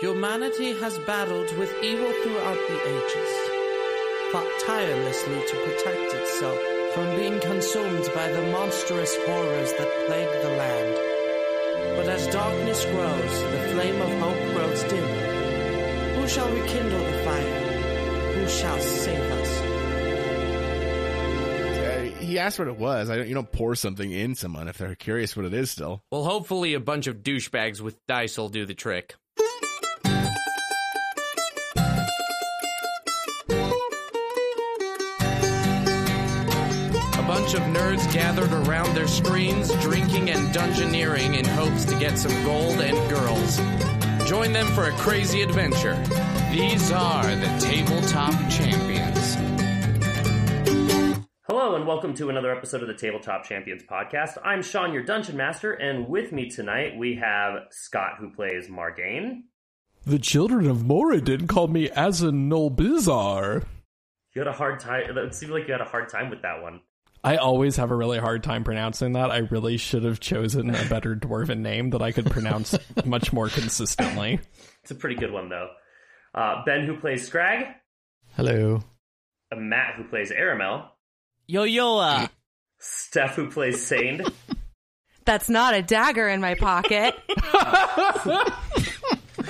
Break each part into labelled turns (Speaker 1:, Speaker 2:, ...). Speaker 1: Humanity has battled with evil throughout the ages, fought tirelessly to protect itself from being consumed by the monstrous horrors that plague the land. But as darkness grows, the flame of hope grows dim. Who shall rekindle the fire? Who shall save us?
Speaker 2: Uh, he asked what it was. I don't, you don't pour something in someone if they're curious what it is still.
Speaker 3: Well, hopefully, a bunch of douchebags with dice will do the trick. A bunch of nerds gathered around their screens, drinking and dungeoneering in hopes to get some gold and girls. Join them for a crazy adventure. These are the Tabletop Champions.
Speaker 4: Hello and welcome to another episode of the Tabletop Champions podcast. I'm Sean, your dungeon master, and with me tonight we have Scott, who plays Margain.
Speaker 5: The children of Moradin call me Azanolbizar.
Speaker 4: You had a hard time. It seemed like you had a hard time with that one.
Speaker 5: I always have a really hard time pronouncing that. I really should have chosen a better dwarven name that I could pronounce much more consistently.
Speaker 4: It's a pretty good one though. Uh, ben, who plays Scrag,
Speaker 6: Hello.
Speaker 4: uh, Matt, who plays Aramel,
Speaker 7: Yo yo uh
Speaker 4: Steph, who plays Sand,
Speaker 8: That's not a dagger in my pocket.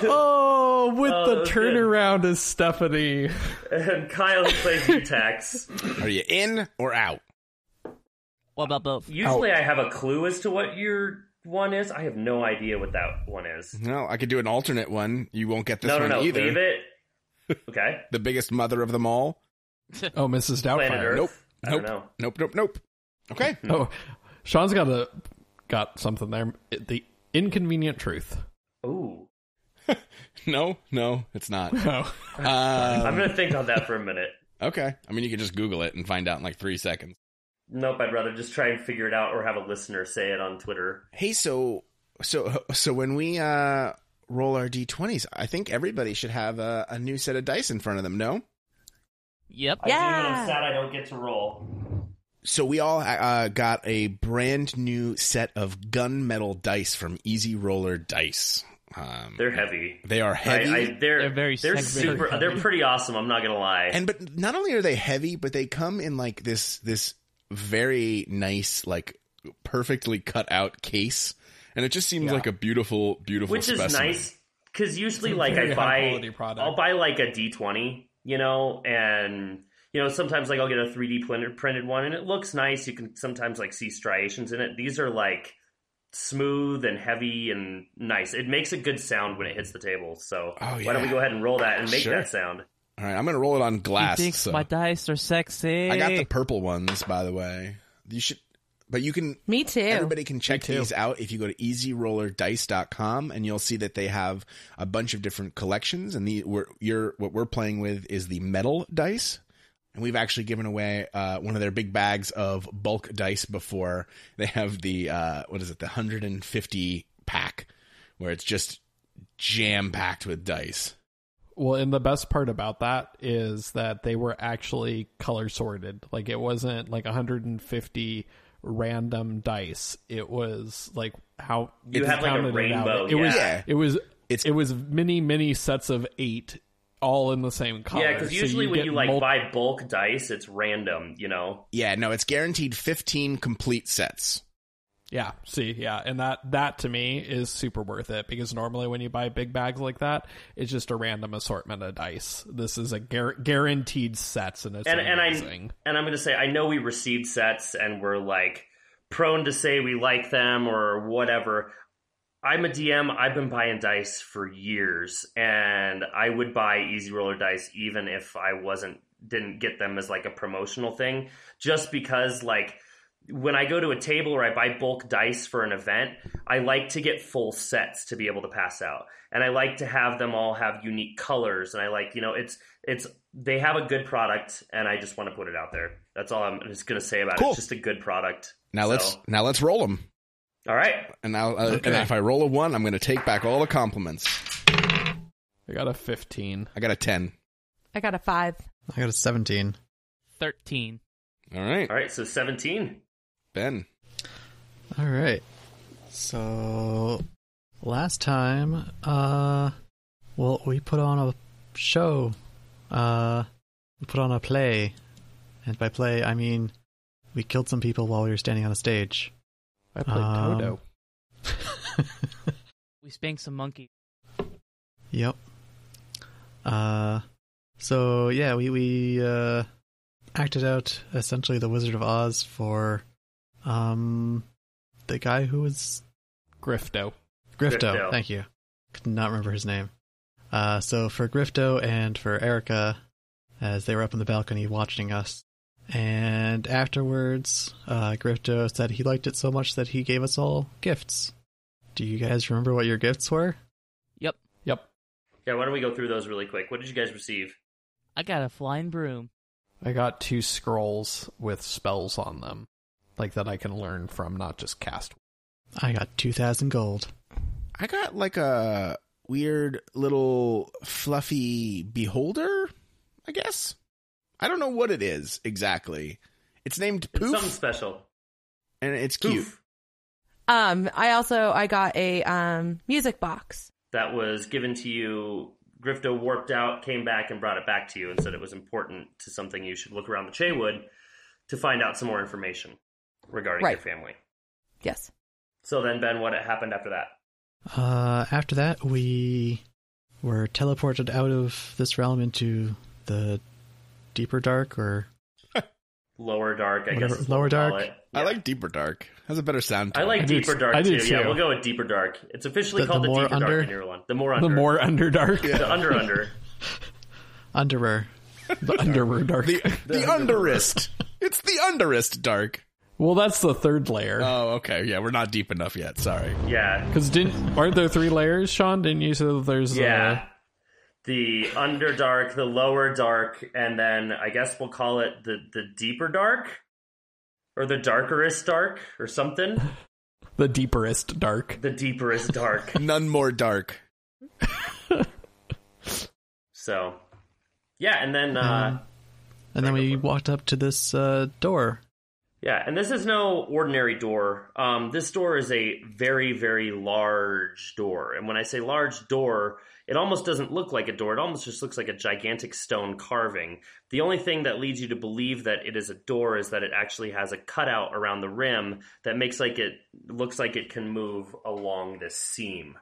Speaker 5: Oh, with
Speaker 4: Oh,
Speaker 5: the
Speaker 4: that was good.
Speaker 5: turnaround is Stephanie.
Speaker 4: and Kyle, who plays Utax.
Speaker 2: Are you in or out?
Speaker 7: what about both?
Speaker 4: Usually, I have a clue as to what your one is. I have no idea what that one is.
Speaker 2: No, I could do an alternate one. You won't get Mm-hmm. this
Speaker 4: no, no,
Speaker 2: one
Speaker 4: no.
Speaker 2: either.
Speaker 4: Leave it. Okay.
Speaker 2: The biggest mother of them all.
Speaker 5: Oh, Mrs.
Speaker 4: Planet
Speaker 5: Doubtfire.
Speaker 4: Earth.
Speaker 2: Nope.
Speaker 4: I
Speaker 2: Nope.
Speaker 4: don't know.
Speaker 2: Nope. Nope. Nope. Okay.
Speaker 5: Oh, Sean's got a got something there. The inconvenient truth.
Speaker 4: Ooh.
Speaker 2: no. No. It's not.
Speaker 5: Oh,
Speaker 2: Uh,
Speaker 4: I'm gonna think on that for a minute.
Speaker 2: okay. I mean, you can just Google it and find out in like three seconds.
Speaker 4: Nope, I'd rather just try and figure it out or have a listener say it on Twitter.
Speaker 2: Hey, so so so when we uh roll our d20s, I think everybody should have a, a new set of dice in front of them. No.
Speaker 7: Yep.
Speaker 8: do, Yeah. but
Speaker 4: I'm sad
Speaker 8: I'm sad
Speaker 4: I don't get to roll.
Speaker 2: So we all uh, got a brand new set of gunmetal dice from Easy Roller Dice. Um,
Speaker 4: They're heavy.
Speaker 2: they are heavy.
Speaker 4: I, I, they're,
Speaker 7: They're very
Speaker 4: they're
Speaker 7: segmented.
Speaker 4: super. They're pretty awesome. I'm not gonna lie.
Speaker 2: and but not only are they heavy, but they come in like this this very nice, like perfectly cut out case, and it just seems like a beautiful, beautiful.
Speaker 4: which is
Speaker 2: specimen.
Speaker 4: nice because usually
Speaker 5: It's a
Speaker 4: like
Speaker 5: very
Speaker 4: i
Speaker 5: high-quality
Speaker 4: buy
Speaker 5: product.
Speaker 4: i'll buy like a d20 you know and you know sometimes like i'll get a 3d printed printed one and it looks nice you can sometimes like see striations in it these are like smooth and heavy and nice it makes a good sound when it hits the table so
Speaker 2: Oh,
Speaker 4: why don't we
Speaker 2: yeah.
Speaker 4: go ahead and roll that and make
Speaker 2: Sure.
Speaker 4: that sound
Speaker 2: All right, I'm gonna roll it on glass.
Speaker 7: you think
Speaker 2: so.
Speaker 7: my dice are sexy?
Speaker 2: I got the purple ones, by the way. You should, but you can.
Speaker 8: Me too.
Speaker 2: Everybody can check these out if you go to easyrollerdice.com and you'll see that they have a bunch of different collections. And the we're, you're, what we're playing with is the metal dice. And we've actually given away uh, one of their big bags of bulk dice before. They have the, uh, what is it, the 150 pack, where it's just jam packed with dice.
Speaker 5: Well, and the best part about that is that they were actually color sorted. Like it wasn't like 150 random dice. It was like how
Speaker 4: You
Speaker 5: they
Speaker 4: had, like, a
Speaker 5: counted it out.
Speaker 4: rainbow,
Speaker 5: It was
Speaker 2: yeah.
Speaker 5: it was
Speaker 2: It's-
Speaker 5: it was many many sets of 8 all in the same color.
Speaker 4: yeah because
Speaker 5: So
Speaker 4: usually when
Speaker 5: get
Speaker 4: you like
Speaker 5: mul-
Speaker 4: buy bulk dice it's random you know
Speaker 2: Yeah, no, it's guaranteed 15 complete sets.
Speaker 5: Yeah, see, yeah, and that that to me is super worth it because normally when you buy big bags like that, it's just a random assortment of dice. This is a guar guaranteed sets and it's
Speaker 4: and and I
Speaker 5: amazing.
Speaker 4: and I'm going to say I know we received sets and we're like prone to say we like them or whatever. I'm a DM. I've been buying dice for years, and I would buy Easy Roller dice even if I wasn't didn't get them as like a promotional thing, just because like when I go to a table or I buy bulk dice for an event, I like to get full sets to be able to pass out. And I like to have them all have unique colors and I like, you know, it's it's they have a good product and I just want to put it out there. That's all I'm just going to say about it.
Speaker 2: Cool.
Speaker 4: It's just a good product.
Speaker 2: Now
Speaker 4: So-
Speaker 2: let's now let's roll them.
Speaker 4: All right.
Speaker 2: And now, uh, and if I roll a one, I'm going to take back all the compliments.
Speaker 5: I got a 15.
Speaker 2: I got a ten.
Speaker 8: I got a five.
Speaker 6: I got a 17.
Speaker 7: Thirteen.
Speaker 2: All right,
Speaker 4: All right, so 17.
Speaker 2: Ben.
Speaker 6: All right. So last time, uh Well, we put on a show. Uh, we put on a play. And by play, I mean we killed some people while we were standing on a stage.
Speaker 5: I played
Speaker 6: Um,
Speaker 5: Toto.
Speaker 7: We spanked some monkeys.
Speaker 6: Yep. Uh, so yeah, we we uh, acted out essentially the Wizard of Oz for um the guy who was
Speaker 5: Grifto.
Speaker 6: Grifto.
Speaker 4: Grifto.
Speaker 6: Thank you. Could not remember his name. Uh, so for Grifto and for Erica, as they were up on the balcony watching us, and afterwards, uh, Grifto said he liked it so much that he gave us all gifts. Do you guys remember what your gifts were?
Speaker 7: Yep.
Speaker 5: Yep.
Speaker 4: Yeah, why don't we go through those really quick? What did you guys receive?
Speaker 7: I got a flying broom.
Speaker 5: I got two scrolls with spells on them, like that I can learn from, not just cast.
Speaker 6: I got two thousand gold.
Speaker 2: I got like a weird little fluffy beholder, I guess. I don't know what it is exactly. It's named
Speaker 4: It's something
Speaker 2: Poof,
Speaker 4: special.
Speaker 2: and it's
Speaker 4: Poof.
Speaker 2: cute.
Speaker 8: Um, I also I got a um music box.
Speaker 4: that was given to you. Grifto warped out, came back, and brought it back to you and said it was important to something you should look around the Chaywood to find out some more information regarding
Speaker 8: Right.
Speaker 4: your family.
Speaker 8: Yes.
Speaker 4: So then, Ben, what happened after that?
Speaker 6: Uh, after that, we were teleported out of this realm into the deeper dark, or
Speaker 4: Lower dark, I
Speaker 6: Whatever-
Speaker 4: guess. is
Speaker 6: Lower
Speaker 4: what we'll call
Speaker 6: dark?
Speaker 4: it.
Speaker 2: I like Deeper Dark. Has a better sound. To
Speaker 4: I
Speaker 2: it.
Speaker 4: like
Speaker 5: I do
Speaker 4: deeper
Speaker 5: too.
Speaker 4: dark
Speaker 5: I do
Speaker 4: too. Yeah,
Speaker 5: too.
Speaker 4: we'll go with deeper dark. It's officially
Speaker 6: The-
Speaker 4: called
Speaker 6: the
Speaker 4: the,
Speaker 6: more
Speaker 4: deeper
Speaker 6: under-
Speaker 4: dark in your one. The more under,
Speaker 5: The more underdark,
Speaker 4: the under under.
Speaker 6: Underwear.
Speaker 5: the underward dark.
Speaker 2: the the underist. it's the underist dark.
Speaker 5: well, that's the third layer.
Speaker 2: Oh, okay. Yeah, we're not deep enough yet. Sorry.
Speaker 4: Yeah,
Speaker 5: Because didn't aren't there three layers, Sean? Didn't you say that there's
Speaker 4: yeah.
Speaker 5: uh,
Speaker 4: The underdark, the lower dark, and then I guess we'll call it the the deeper dark, or the darkerest dark, or something.
Speaker 5: the deeperest dark?
Speaker 4: the deeper is dark.
Speaker 2: None more dark.
Speaker 4: so, yeah, and then uh,
Speaker 6: And then we walked up to this uh, door.
Speaker 4: yeah, and this is no ordinary door. Um, this door is a very very large door, and when I say large door, it almost doesn't look like a door. It almost just looks like a gigantic stone carving. The only thing that leads you to believe that it is a door is that it actually has a cutout around the rim that makes like it looks like it can move along this seam.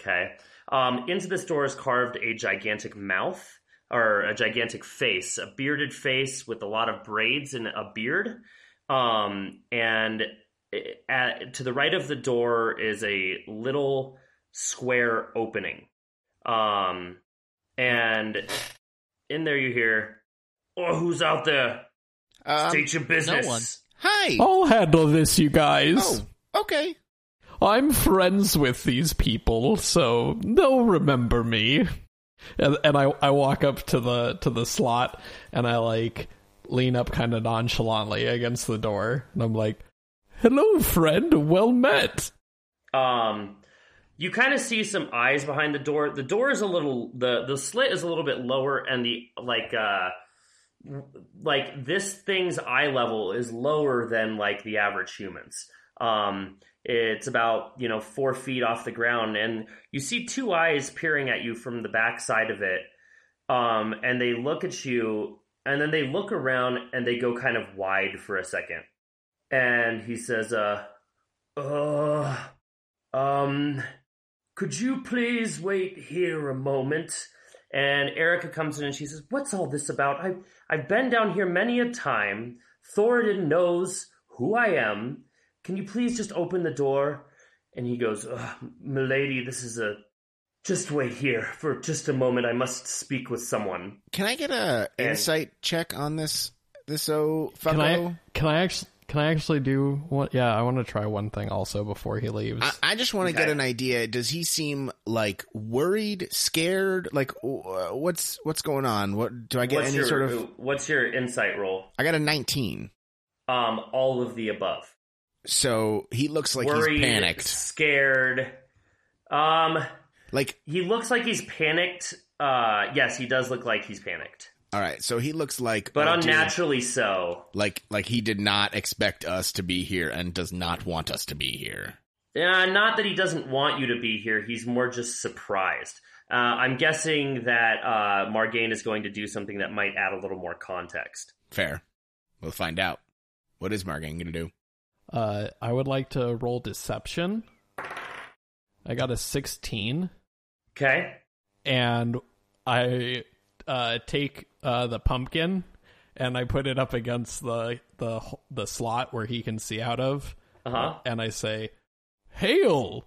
Speaker 4: Okay. Um, into this door is carved a gigantic mouth or a gigantic face, a bearded face with a lot of braids and a beard. Um, and it- at, to the right of the door is a little square opening. Um, and in there you hear, Oh, who's out there?
Speaker 2: Um,
Speaker 4: State your business.
Speaker 7: one.
Speaker 2: hi.
Speaker 5: I'll handle this, you guys.
Speaker 2: Oh, okay.
Speaker 5: I'm friends with these people, so they'll remember me. And, and I, I walk up to the to the slot and I like lean up kind of nonchalantly against the door and I'm like, "Hello, friend. Well met."
Speaker 4: Um, you kind of see some eyes behind the door. The door is a little the the slit is a little bit lower, and the like uh like this thing's eye level is lower than like the average humans. Um, it's about you know four feet off the ground, and you see two eyes peering at you from the back side of it. Um, and they look at you, and then they look around, and they go kind of wide for a second. And he says, "Uh, uh, um, could you please wait here a moment? And Erica comes in and she says, What's all this about? I, I've been down here many a time. Thoradin knows who I am. Can you please just open the door? And he goes, "Ugh, Milady, this is a. Just wait here for just a moment. I must speak with someone.
Speaker 2: Can I get a
Speaker 4: And-
Speaker 2: insight check on this this oh fellow?
Speaker 5: Can I can I actually can I actually do what? Yeah, I want to try one thing also before he leaves.
Speaker 2: I, I just want to
Speaker 4: Okay.
Speaker 2: get an idea. Does he seem like worried, scared? Like uh, what's what's going on? What do I get any
Speaker 4: your,
Speaker 2: sort of?
Speaker 4: What's your insight roll?
Speaker 2: I got a nineteen.
Speaker 4: Um, all of the above.
Speaker 2: So he looks like
Speaker 4: worried,
Speaker 2: he's panicked.
Speaker 4: scared. Um,
Speaker 2: Like
Speaker 4: he looks like he's panicked. Uh, yes, he does look like he's panicked,
Speaker 2: all right, so he looks like
Speaker 4: but
Speaker 2: oh, dear.
Speaker 4: unnaturally so.
Speaker 2: Like like he did not expect us to be here and does not want us to be here.
Speaker 4: Yeah, not that he doesn't want you to be here. He's more just surprised. Uh, I'm guessing that uh, Margain is going to do something that might add a little more context.
Speaker 2: Fair. We'll find out. What is Margain going to do?
Speaker 5: Uh, I would like to roll deception. I got a 16,
Speaker 4: Okay.
Speaker 5: and I uh, take uh, the pumpkin and I put it up against the the the slot where he can see out of,
Speaker 4: Uh huh.
Speaker 5: and I say, "Hail."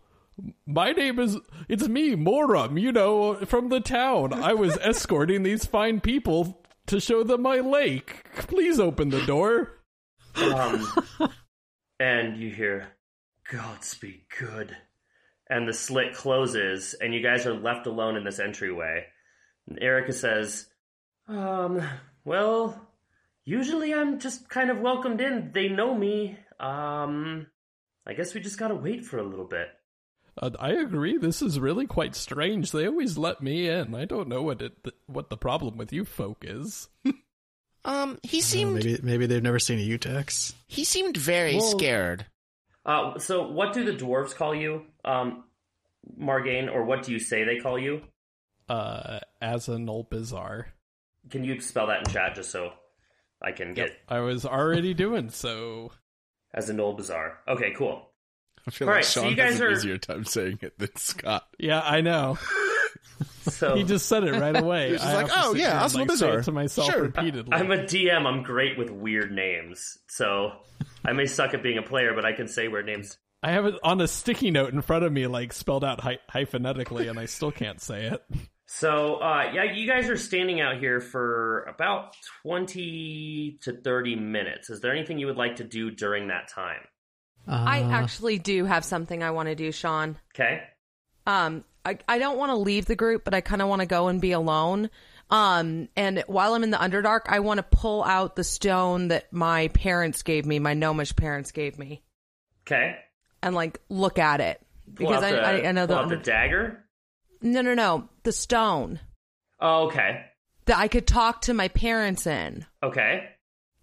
Speaker 5: My name is it's me, Morum, you know, from the town. I was escorting these fine people to show them my lake. Please open the door.
Speaker 4: Um, and you hear, "Gods be good," and the slit closes, and you guys are left alone in this entryway. And Erica says, "Um, well, usually I'm just kind of welcomed in. They know me. Um, I guess we just gotta wait for a little bit."
Speaker 5: Uh, I agree. This is really quite strange. They always let me in. I don't know what it, th- what the problem with you folk is.
Speaker 2: Um, he
Speaker 6: Uh,
Speaker 2: seemed
Speaker 6: maybe maybe they've never seen a Utex.
Speaker 2: he seemed very
Speaker 5: Well-
Speaker 2: scared.
Speaker 4: Uh, so what do the dwarves call you, um, Margain, or what do you say they call you?
Speaker 5: Uh, as an old bizarre.
Speaker 4: Can you spell that in chat just so I can get
Speaker 5: I was already doing so.
Speaker 4: as an old bazaar? Okay, cool.
Speaker 2: I feel
Speaker 4: All
Speaker 2: like
Speaker 4: right, so
Speaker 2: Sean
Speaker 4: you guys
Speaker 2: has an
Speaker 4: are-
Speaker 2: easier time saying it than Scott.
Speaker 5: Yeah, I know.
Speaker 4: So
Speaker 5: He just said it right away.
Speaker 2: He was just
Speaker 5: I
Speaker 2: like,
Speaker 5: have to
Speaker 2: "Oh,
Speaker 5: sit
Speaker 2: yeah,
Speaker 5: here and,
Speaker 2: Osmo
Speaker 5: like,
Speaker 2: Bizarre."
Speaker 5: say it to myself
Speaker 2: Sure.
Speaker 5: repeatedly.
Speaker 4: I'm a DM. I'm great with weird names, so I may suck at being a player, but I can say weird names.
Speaker 5: I have it on a sticky note in front of me, like spelled out hy- hyphenetically, and I still can't say it.
Speaker 4: So uh, yeah, you guys are standing out here for about twenty to thirty minutes. Is there anything you would like to do during that time?
Speaker 6: Uh,
Speaker 8: I actually do have something I want to do, Sean.
Speaker 4: Okay.
Speaker 8: Um, I, I don't want to leave the group, but I kind of want to go and be alone. Um, and while I'm in the Underdark, I want to pull out the stone that my parents gave me, my gnomish parents gave me,
Speaker 4: Okay.
Speaker 8: and like look at it
Speaker 4: Pull out
Speaker 8: because I,
Speaker 4: the,
Speaker 8: I, I know
Speaker 4: pull
Speaker 8: the,
Speaker 4: out the dagger.
Speaker 8: no no no the stone
Speaker 4: Oh, okay.
Speaker 8: that I could talk to my parents in
Speaker 4: Okay.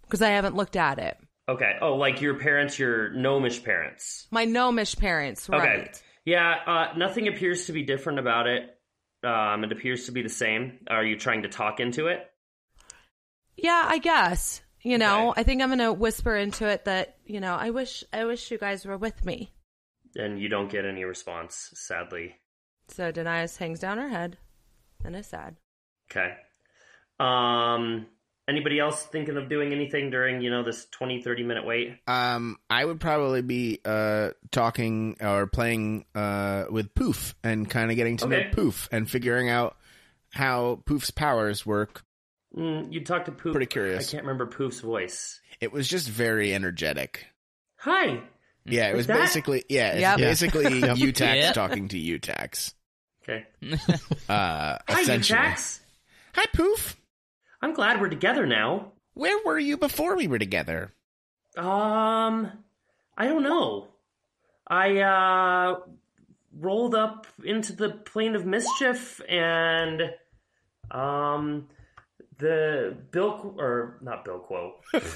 Speaker 8: because I haven't looked at it.
Speaker 4: Okay. Oh, like your parents, your gnomish parents.
Speaker 8: My gnomish parents, right?
Speaker 4: Yeah, uh, nothing appears to be different about it. Um, it appears to be the same. Are you trying to talk into it?
Speaker 8: Yeah, I guess. You know,
Speaker 4: Okay.
Speaker 8: I think I'm gonna whisper into it that you know I wish I wish you guys were with me.
Speaker 4: And you don't get any response, sadly.
Speaker 8: So Denias hangs down her head and is sad.
Speaker 4: Okay. Um, anybody else thinking of doing anything during, you know, this 20, 30 minute wait?
Speaker 2: Um, I would probably be uh talking or playing uh with Poof and kind of getting to know
Speaker 4: Okay.
Speaker 2: Poof and figuring out how Poof's powers work.
Speaker 4: Mm, you talked to Poof.
Speaker 2: Pretty curious.
Speaker 4: I can't remember Poof's voice.
Speaker 2: It was just very energetic.
Speaker 4: Hi.
Speaker 2: Yeah, it was
Speaker 4: That-
Speaker 2: basically yeah, it's
Speaker 8: Yep.
Speaker 6: Yeah.
Speaker 2: basically
Speaker 6: Yep.
Speaker 2: Utax
Speaker 7: Yeah.
Speaker 2: talking to Utax.
Speaker 4: Okay.
Speaker 2: Uh,
Speaker 4: Hi, you
Speaker 2: essentially.
Speaker 4: Jax.
Speaker 2: Hi, Poof.
Speaker 4: I'm glad we're together now.
Speaker 2: Where were you before we were together?
Speaker 4: Um, I don't know. I uh rolled up into the plane of mischief and um the Bill or not Bill Quo. Griff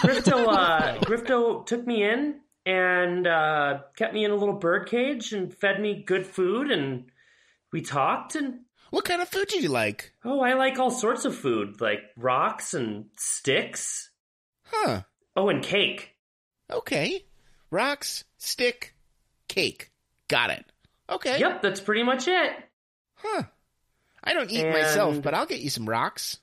Speaker 4: Grifto uh Grifto took me in and uh kept me in a little bird cage and fed me good food and we talked and
Speaker 2: What kind of food do you like?
Speaker 4: oh I like all sorts of food like rocks and sticks.
Speaker 2: Huh.
Speaker 4: Oh and cake.
Speaker 2: Okay. Rocks, stick, cake. Got it. Okay.
Speaker 4: Yep, that's pretty much it.
Speaker 2: Huh. I don't eat myself,
Speaker 4: And-
Speaker 2: but I'll get you some rocks.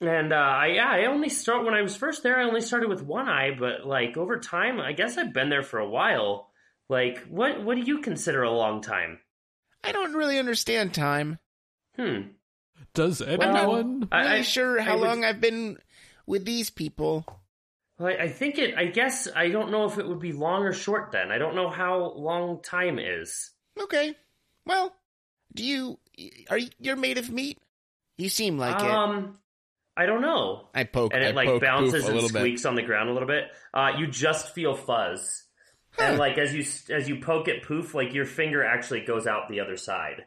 Speaker 4: And uh, I, yeah, I only start when I was first there. I only started with one eye, but like over time, I guess I've been there for a while. Like, what what do you consider a long time?
Speaker 2: I don't really understand time.
Speaker 4: Hmm.
Speaker 5: Does anyone?
Speaker 4: I-
Speaker 2: I'm not
Speaker 4: I-
Speaker 2: sure how
Speaker 4: I would-
Speaker 2: long I've been with these people.
Speaker 4: Well, I, I think it. I guess I don't know if it would be long or short. Then I don't know how long time is.
Speaker 2: Okay. Well, do you are you, you're made of meat? You seem like it.
Speaker 4: um, I don't know.
Speaker 2: I poke
Speaker 4: and
Speaker 2: I
Speaker 4: it like
Speaker 2: poke
Speaker 4: bounces
Speaker 2: Poof a
Speaker 4: and
Speaker 2: little bit.
Speaker 4: squeaks on the ground a little bit. Uh, you just feel fuzz, and like as you as you poke at poof, like your finger actually goes out the other side.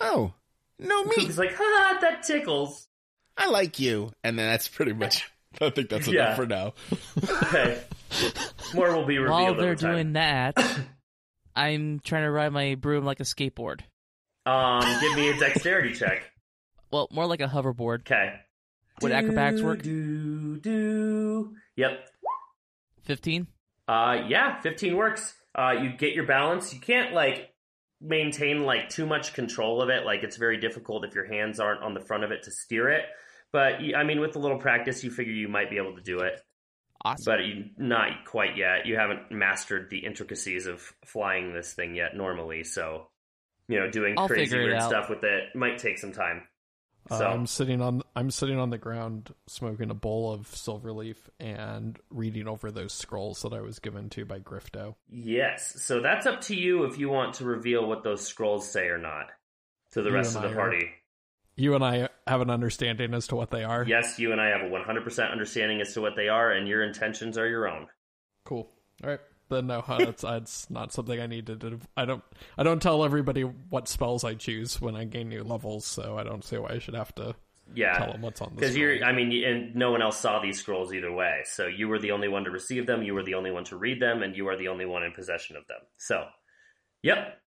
Speaker 2: Oh, no meat.
Speaker 4: Poof's like, ha, that tickles.
Speaker 2: I like you. And then that's pretty much. I think that's enough
Speaker 4: Yeah.
Speaker 2: for now.
Speaker 4: Okay, More will be revealed
Speaker 7: While
Speaker 4: over
Speaker 7: they're
Speaker 4: time.
Speaker 7: doing that, I'm trying to ride my broom like a skateboard.
Speaker 4: Um, give me a dexterity check.
Speaker 7: Well, more like a hoverboard.
Speaker 4: Okay.
Speaker 7: Would acrobatics work?
Speaker 4: Do, do. Yep.
Speaker 7: 15?
Speaker 4: Uh, yeah, 15 works. Uh, you get your balance. You can't, like, maintain, like, too much control of it. Like, it's very difficult if your hands aren't on the front of it to steer it. But, you- I mean, with a little practice, you figure you might be able to do it.
Speaker 7: Awesome.
Speaker 4: But you, not quite yet. You haven't mastered the intricacies of flying this thing yet normally. So, you know, doing
Speaker 7: I'll
Speaker 4: crazy
Speaker 7: figure it
Speaker 4: weird
Speaker 7: out.
Speaker 4: stuff with it might take some time.
Speaker 5: Uh,
Speaker 4: So-
Speaker 5: I'm sitting on I'm sitting on the ground smoking a bowl of silver leaf and reading over those scrolls that I was given to by Grifto.
Speaker 4: Yes. So that's up to you if you want to reveal what those scrolls say or not to the
Speaker 5: You
Speaker 4: rest of
Speaker 5: and
Speaker 4: the
Speaker 5: I are-
Speaker 4: party.
Speaker 5: You and I have an understanding as to what they are.
Speaker 4: Yes, you and I have a 100% understanding as to what they are, and your intentions are your own.
Speaker 5: Cool. All right. Then no, huh, it's, it's not something I need to. do. I don't. I don't tell everybody what spells I choose when I gain new levels, so I don't see why I should have to tell
Speaker 4: Yeah.
Speaker 5: them what's on the.
Speaker 4: Because you're,
Speaker 5: scroll.
Speaker 4: I mean, you- and no one else saw these scrolls either way. So you were the only one to receive them, you were the only one to read them, and you are the only one in possession of them. So, yep.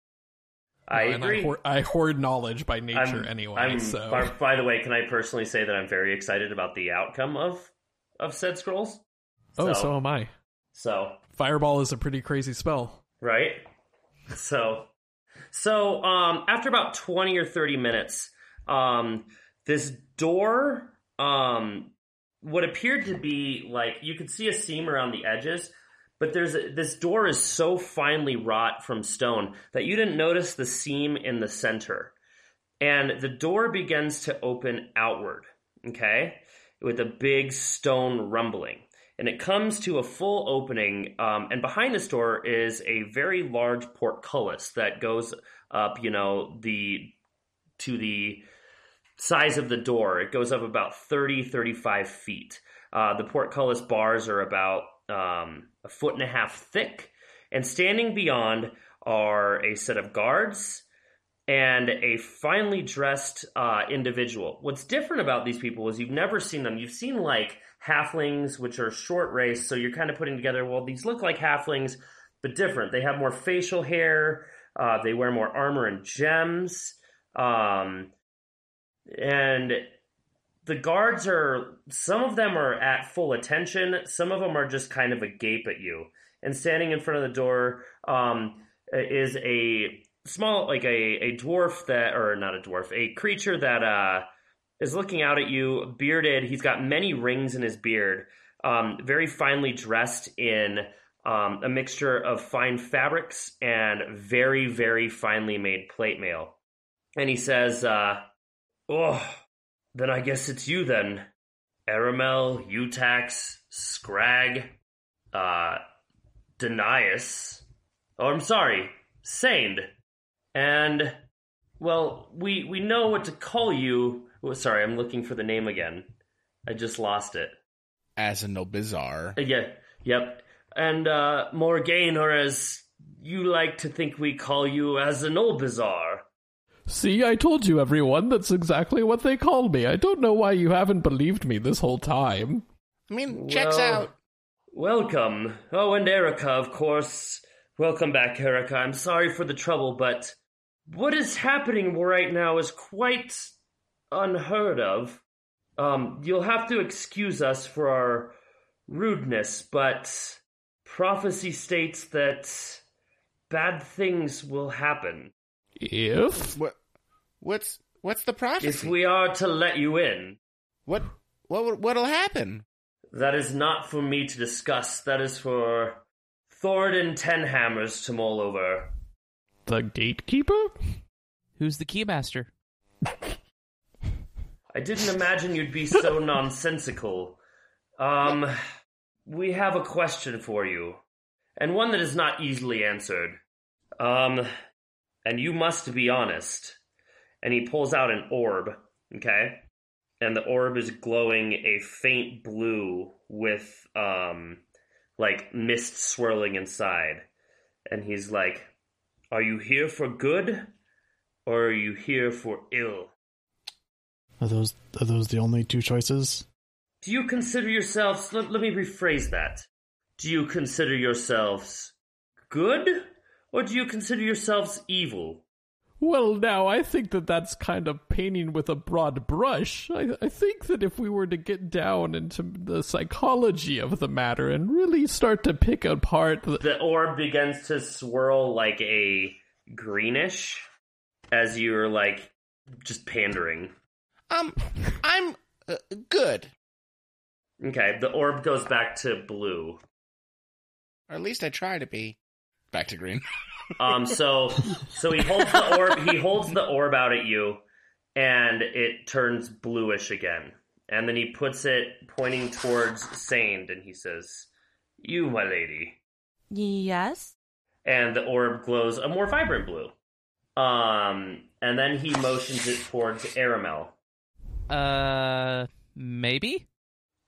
Speaker 4: I
Speaker 5: and
Speaker 4: agree.
Speaker 5: I, hoard, I hoard knowledge by nature anyway.
Speaker 4: I'm-
Speaker 5: so
Speaker 4: by, by the way, can I personally say that I'm very excited about the outcome of of said scrolls?
Speaker 5: oh, so am I.
Speaker 4: So
Speaker 5: Fireball is a pretty crazy spell.
Speaker 4: right? So, so um, after about twenty or thirty minutes, um, this door, um, what appeared to be like you could see a seam around the edges, but there's a, this door is so finely wrought from stone that you didn't notice the seam in the center, and the door begins to open outward. Okay, with a big stone rumbling and it comes to a full opening. Um, and behind this door is a very large portcullis that goes up, you know, the to the size of the door. It goes up about 30, 35 feet. Uh, the portcullis bars are about um, a foot and a half thick, and standing beyond are a set of guards and a finely dressed uh, individual. What's different about these people is you've never seen them. You've seen like halflings, which are short race, so you're kind of putting together, well, these look like halflings, but different. They have more facial hair, uh, they wear more armor and gems. Um, and the guards are, some of them are at full attention, some of them are just kind of agape at you. And standing in front of the door, um, is a small like a, a dwarf that or not a dwarf a creature that uh is looking out at you bearded he's got many rings in his beard um very finely dressed in um, a mixture of fine fabrics and very very finely made plate mail and he says uh oh then i guess it's you then aramel utax scrag uh denias Oh, I'm sorry, Sand. And well, we we know what to call you. Oh, sorry, I'm looking for the name again. I just lost it.
Speaker 2: As a bizarre.
Speaker 4: Uh, yeah, yep. And uh, Morgaine, or as you like to think we call you, as an old bazaar.
Speaker 5: See, I told you, everyone. That's exactly what they called me. I don't know why you haven't believed me this whole time.
Speaker 2: I mean, checks
Speaker 4: Well,
Speaker 2: out.
Speaker 4: Welcome. Oh, and Erica, of course. Welcome back, Erica. I'm sorry for the trouble, but what is happening right now is quite unheard of. Um, you'll have to excuse us for our rudeness, but prophecy states that bad things will happen
Speaker 5: If
Speaker 2: What? What's what's the
Speaker 4: if
Speaker 2: prophecy?
Speaker 4: we are to let you in.
Speaker 2: what what what'll happen?
Speaker 4: That is not for me to discuss. That is for Thoradin Tenhammers to mull over.
Speaker 5: the gatekeeper,
Speaker 7: Who's the keymaster?
Speaker 4: I didn't imagine you'd be so nonsensical. Um, we have a question for you, and one that is not easily answered. Um, and you must be honest. And he pulls out an orb, okay? And the orb is glowing a faint blue with, um, like mist swirling inside. And he's like, Are you here for good, or are you here for ill?
Speaker 6: Are those are those the only two choices?
Speaker 4: Do you consider yourselves, let, let me rephrase that. Do you consider yourselves good, or do you consider yourselves evil?
Speaker 5: Well, now I think that that's kind of painting with a broad brush. I, I think that if we were to get down into the psychology of the matter and really start to pick apart the,
Speaker 4: The orb begins to swirl like a greenish as you're like just pandering.
Speaker 2: Um, I'm uh, good,
Speaker 4: Okay, the orb goes back to blue.
Speaker 2: or at least I try to be. Back to green.
Speaker 4: Um, so so he holds the orb. He holds the orb out at you, and it turns bluish again. And then he puts it pointing towards Sand, and he says, "You, my lady."
Speaker 8: Yes.
Speaker 4: and the orb glows a more vibrant blue. Um, and then he motions it towards Aramel.
Speaker 7: Uh, maybe.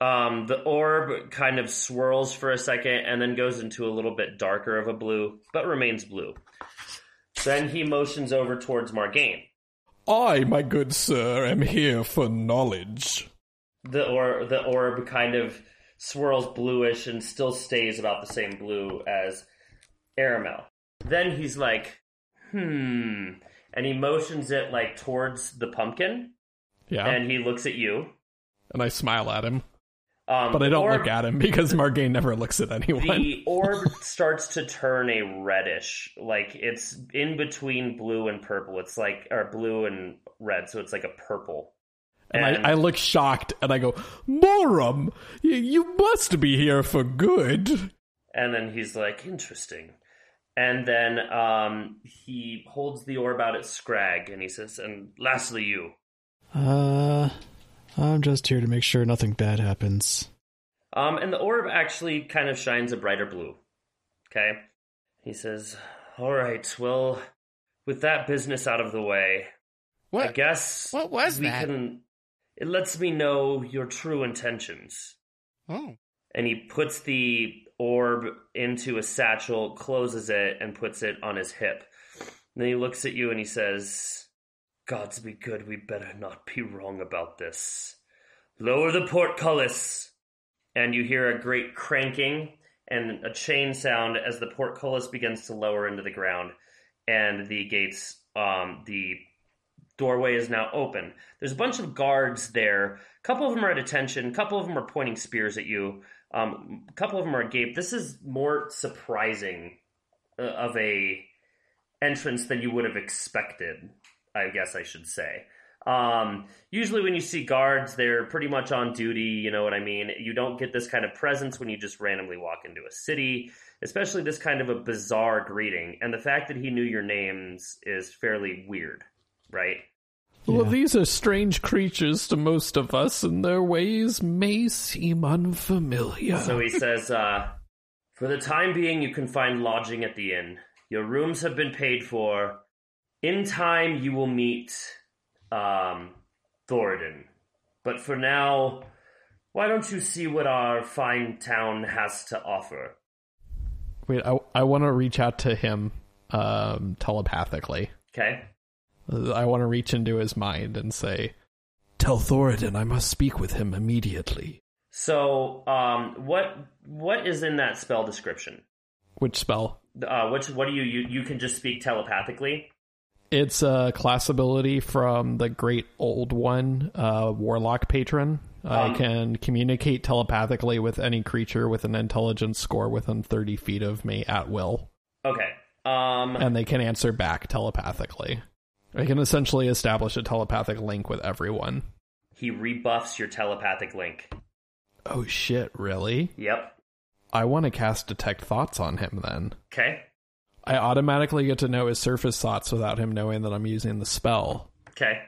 Speaker 4: Um, the orb kind of swirls for a second and then goes into a little bit darker of a blue, but remains blue. Then he motions over towards Margain.
Speaker 5: I, my good sir, am here for knowledge.
Speaker 4: The or the orb kind of swirls bluish and still stays about the same blue as Aramel. Then he's like, hmm, and he motions it like towards the pumpkin,
Speaker 5: Yeah. And,
Speaker 4: and he looks at you.
Speaker 5: I smile at him.
Speaker 4: Um,
Speaker 5: But I don't
Speaker 4: orb,
Speaker 5: look at him because Margain never looks at anyone.
Speaker 4: The orb starts to turn a reddish, like it's in between blue and purple. It's like or blue and red, so it's like a purple.
Speaker 5: and
Speaker 4: and-
Speaker 5: I, I look shocked and I go, Morum, y- you must be here for good.
Speaker 4: And then he's like, "Interesting." And then um, he holds the orb out at Scrag, and he says, "And lastly, you."
Speaker 6: Uh, I'm just here to make sure nothing bad happens.
Speaker 4: Um, and the orb actually kind of shines a brighter blue. Okay. He says, "All right, well, with that business out of the way, I
Speaker 2: What?
Speaker 4: guess
Speaker 2: what was
Speaker 4: we
Speaker 2: that?
Speaker 4: Can, it lets me know your true intentions.
Speaker 2: Oh,
Speaker 4: And he puts the orb into a satchel, closes it, and puts it on his hip. And then he looks at you and he says, "Gods be good, we better not be wrong about this. Lower the portcullis." And you hear a great cranking and a chain sound as the portcullis begins to lower into the ground, and the gates, um, the doorway is now open. There's a bunch of guards there. A couple of them are at attention. A couple of them are pointing spears at you. Um, a couple of them are agape. This is more surprising uh, of a entrance than you would have expected. I guess I should say. Um, usually, when you see guards, they're pretty much on duty. You know what I mean. You don't get this kind of presence when you just randomly walk into a city, especially this kind of a bizarre greeting. And the fact that he knew your names is fairly weird, right?
Speaker 5: Well,
Speaker 6: Yeah.
Speaker 5: these are strange creatures to most of us, and their ways may seem unfamiliar.
Speaker 4: So he says, uh, For the time being, you can find lodging at the inn. Your rooms have been paid for. In time, you will meet um, Thoradin. But for now, why don't you see what our fine town has to offer?
Speaker 5: Wait, I, I want to reach out to him um, telepathically.
Speaker 4: Okay?
Speaker 5: I want to reach into his mind and say, Tell Thoradin I must speak with him immediately.
Speaker 4: So, um, what what is in that spell description?
Speaker 5: Which spell?
Speaker 4: Uh, which what do you, you you can just speak telepathically?
Speaker 5: It's a class ability from the Great Old One, uh, Warlock Patron. I
Speaker 4: Um,
Speaker 5: can communicate telepathically with any creature with an intelligence score within 30 feet of me at will,
Speaker 4: Okay. Um,
Speaker 5: and they can answer back telepathically. I can essentially establish a telepathic link with everyone.
Speaker 4: he rebuffs your telepathic link.
Speaker 5: Oh shit, really?
Speaker 4: Yep.
Speaker 5: I want to cast Detect Thoughts on him then.
Speaker 4: Okay.
Speaker 5: I automatically get to know his surface thoughts without him knowing that I'm using the spell.
Speaker 4: Okay.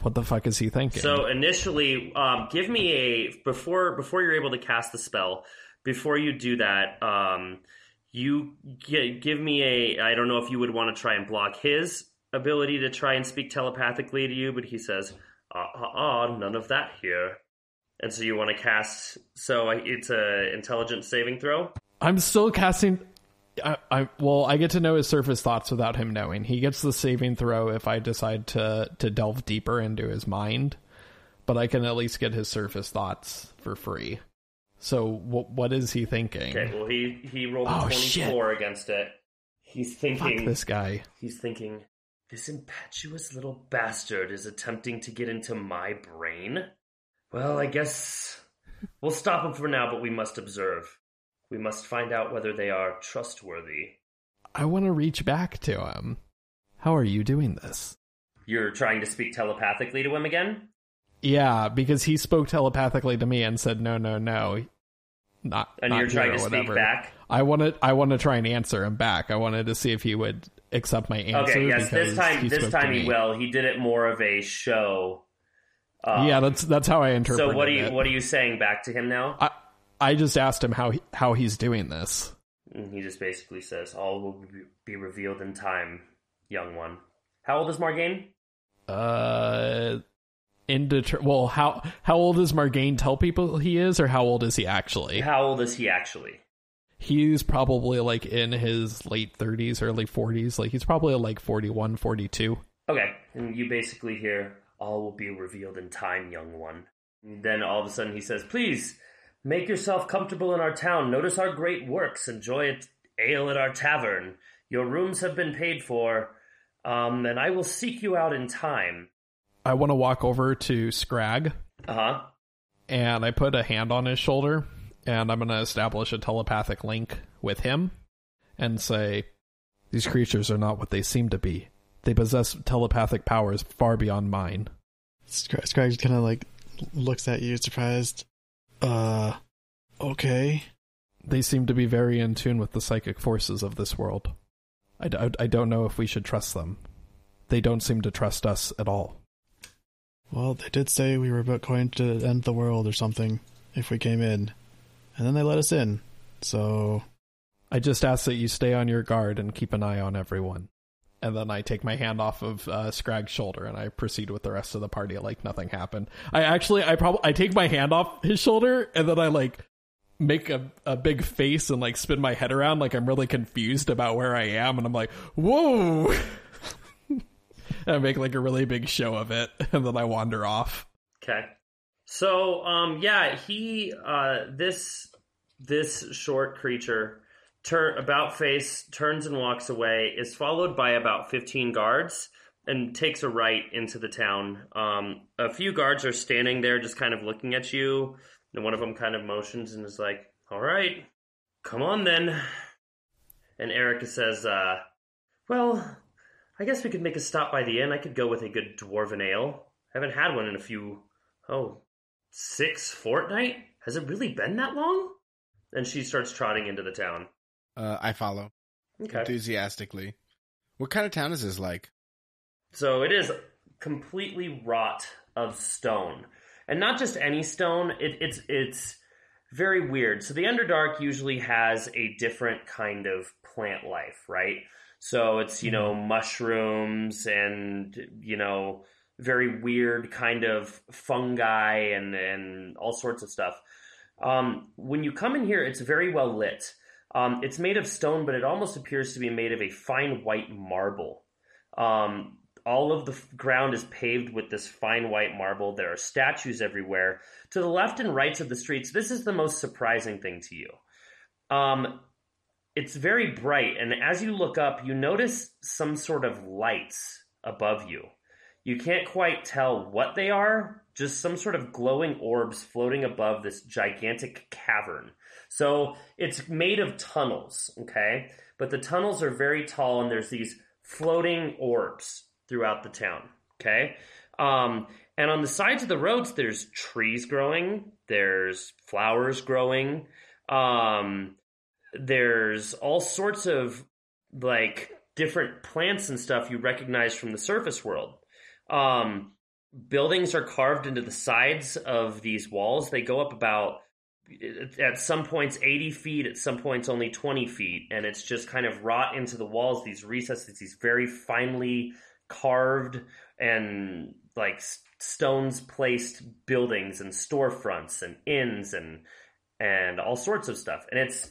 Speaker 5: What the fuck is he thinking?
Speaker 4: So initially, um, give me a before before you're able to cast the spell. Before you do that, um, you gi- give me a. I don't know if you would want to try and block his ability to try and speak telepathically to you, but he says, "Ah, ah, ah none of that here." And so you want to cast. So I- it's a intelligence saving throw.
Speaker 5: I'm still casting. I, I well, I get to know his surface thoughts without him knowing. He gets the saving throw if I decide to to delve deeper into his mind, but I can at least get his surface thoughts for free. So what what is he thinking?
Speaker 4: Okay, well he he rolled a
Speaker 5: Oh, shit.
Speaker 4: 24 against it. He's
Speaker 5: Fuck
Speaker 4: thinking
Speaker 5: this guy.
Speaker 4: he's thinking this impetuous little bastard is attempting to get into my brain. Well, I guess we'll stop him for now, but we must observe. We must find out whether they are trustworthy.
Speaker 5: I want to reach back to him. How are you doing this?
Speaker 4: You're trying to speak telepathically to him again?
Speaker 5: Yeah, because he spoke telepathically to me and said no, no, no, not.
Speaker 4: And
Speaker 5: not
Speaker 4: you're trying
Speaker 5: here,"
Speaker 4: to
Speaker 5: or
Speaker 4: speak
Speaker 5: whatever.
Speaker 4: back?
Speaker 5: I want to. I want to try and answer him back. I wanted to see if he would accept my answer.
Speaker 4: okay, yes, this
Speaker 5: because
Speaker 4: time
Speaker 5: he
Speaker 4: this
Speaker 5: spoke to
Speaker 4: time he
Speaker 5: me.
Speaker 4: will. He did it more of a show. Uh,
Speaker 5: yeah, that's that's how I interpret.
Speaker 4: so what are you
Speaker 5: it.
Speaker 4: what are you saying back to him now?
Speaker 5: I I just asked him how he, how he's doing this.
Speaker 4: And he just basically says, All will be revealed in time, young one. How old is Margain?
Speaker 5: Uh, indeter- Well, how how old does Margain tell people he is, or how old is he actually?
Speaker 4: How old is he actually?
Speaker 5: He's probably like in his late thirties, early forties. Like he's probably like 41, 42.
Speaker 4: Okay, and you basically hear, All will be revealed in time, young one. And then all of a sudden he says, Please make yourself comfortable in our town. Notice our great works. Enjoy it, ale at our tavern. Your rooms have been paid for, um, and I will seek you out in time.
Speaker 5: I want to walk over to Scrag,
Speaker 4: Uh huh.
Speaker 5: and I put a hand on his shoulder, and I'm going to establish a telepathic link with him, and say, "These creatures are not what they seem to be. They possess telepathic powers far beyond mine."
Speaker 6: Scra- Scraggs kind of like looks at you surprised. Uh, okay.
Speaker 5: they seem to be very in tune with the psychic forces of this world. I, d- I don't know if we should trust them. They don't seem to trust us at all.
Speaker 6: Well, they did say we were about going to end the world or something if we came in, and then they let us in. So
Speaker 5: I just ask that you stay on your guard and keep an eye on everyone. And then I take my hand off of uh, Scrag's shoulder and I proceed with the rest of the party like nothing happened. I actually, I probably, I take my hand off his shoulder and then I like make a, a big face and like spin my head around like I'm really confused about where I am. And I'm like, whoa. And I make like a really big show of it and then I wander off.
Speaker 4: Okay. So, um, yeah, he, uh, this, this short creature, turn about face, turns and walks away, is followed by about 15 guards and takes a right into the town. Um, a few guards are standing there just kind of looking at you. And one of them kind of motions and is like, all right, come on then. And Erica says, uh, well, I guess we could make a stop by the inn. I could go with a good dwarven ale. I haven't had one in a few, oh, six fortnight? Has it really been that long? And she starts trotting into the town.
Speaker 2: Uh, I follow
Speaker 4: Okay.
Speaker 2: enthusiastically. What kind of town is this like?
Speaker 4: So it is completely wrought of stone. And not just any stone, it, it's, it's very weird. So the Underdark usually has a different kind of plant life, right? So it's, you know, mushrooms and, you know, very weird kind of fungi and, and all sorts of stuff. Um, when you come in here, it's very well lit. Um, it's made of stone, but it almost appears to be made of a fine white marble. Um, all of the f- ground is paved with this fine white marble. There are statues everywhere. To the left and right of the streets, this is the most surprising thing to you. Um, it's very bright, and as you look up, you notice some sort of lights above you. You can't quite tell what they are, just some sort of glowing orbs floating above this gigantic cavern. So it's made of tunnels, okay? But the tunnels are very tall, and there's these floating orbs throughout the town, okay? Um, and on the sides of the roads, there's trees growing, there's flowers growing, um, there's all sorts of like different plants and stuff you recognize from the surface world. Um, buildings are carved into the sides of these walls. They go up about at some points 80 feet, at some points only 20 feet, and it's just kind of wrought into the walls, these recesses, these very finely carved and like s- stones placed buildings and storefronts and inns and and all sorts of stuff. And it's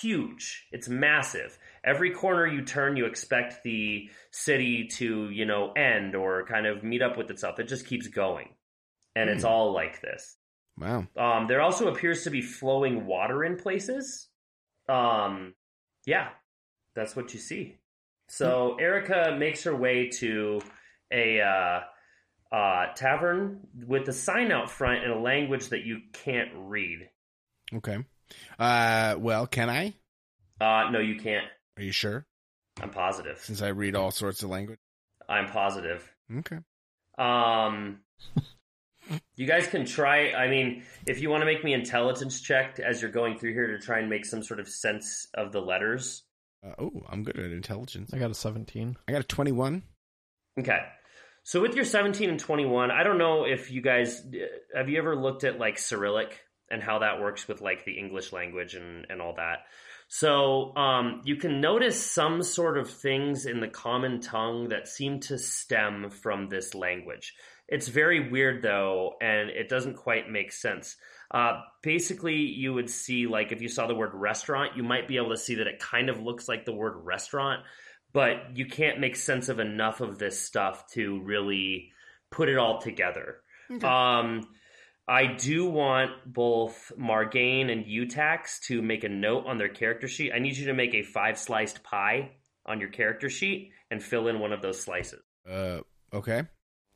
Speaker 4: huge. It's massive. Every corner you turn, you expect the city to, you know, end or kind of meet up with itself. It just keeps going. And it's all like this.
Speaker 2: Wow.
Speaker 4: Um, there also appears to be flowing water in places. Um, yeah, that's what you see. So Erica makes her way to a uh, uh, tavern with a sign out front in a language that you can't read.
Speaker 2: Okay. Uh, well, can I?
Speaker 4: Uh, no, you can't.
Speaker 2: Are you sure?
Speaker 4: I'm positive.
Speaker 2: Since I read all sorts of language.
Speaker 4: I'm positive.
Speaker 2: Okay.
Speaker 4: Um, you guys can try. I mean, if you want to make me intelligence checked as you're going through here to try and make some sort of sense of the letters.
Speaker 2: Uh, oh, I'm good at intelligence.
Speaker 5: I got a 17.
Speaker 2: I got a 21.
Speaker 4: Okay. So with your 17 and 21, I don't know if you guys have you ever looked at like Cyrillic and how that works with like the English language and and all that. So um, you can notice some sort of things in the common tongue that seem to stem from this language. It's very weird though, and it doesn't quite make sense. Uh, basically, you would see like if you saw the word restaurant, you might be able to see that it kind of looks like the word restaurant, but you can't make sense of enough of this stuff to really put it all together. Um, I do want both Margain and Utax to make a note on their character sheet. I need you to make a five sliced pie on your character sheet and fill in one of those slices.
Speaker 2: Uh, okay.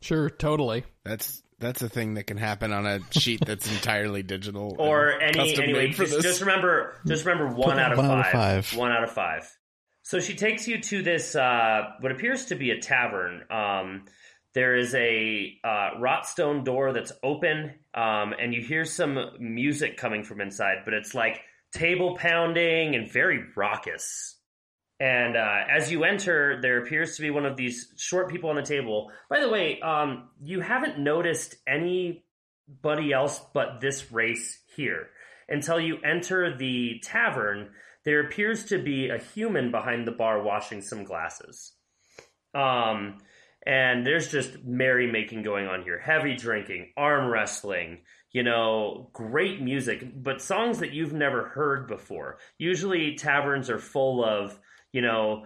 Speaker 5: Sure, totally.
Speaker 2: That's that's a thing that can happen on a sheet that's entirely digital.
Speaker 4: Or
Speaker 2: and
Speaker 4: any
Speaker 2: custom
Speaker 4: anyway,
Speaker 2: made for
Speaker 4: just,
Speaker 2: this.
Speaker 4: just remember just remember one out of
Speaker 6: One out of
Speaker 4: five.
Speaker 6: five.
Speaker 4: One out of five. So she takes you to this uh, what appears to be a tavern. Um, there is a uh, wrought stone door that's open, um, and you hear some music coming from inside, but it's like table pounding and very raucous. And uh, as you enter, there appears to be one of these short people on the table. By the way, um, you haven't noticed anybody else but this race here. Until you enter the tavern, there appears to be a human behind the bar washing some glasses. Um, and there's just merrymaking going on here heavy drinking, arm wrestling, you know, great music, but songs that you've never heard before. Usually, taverns are full of, you know,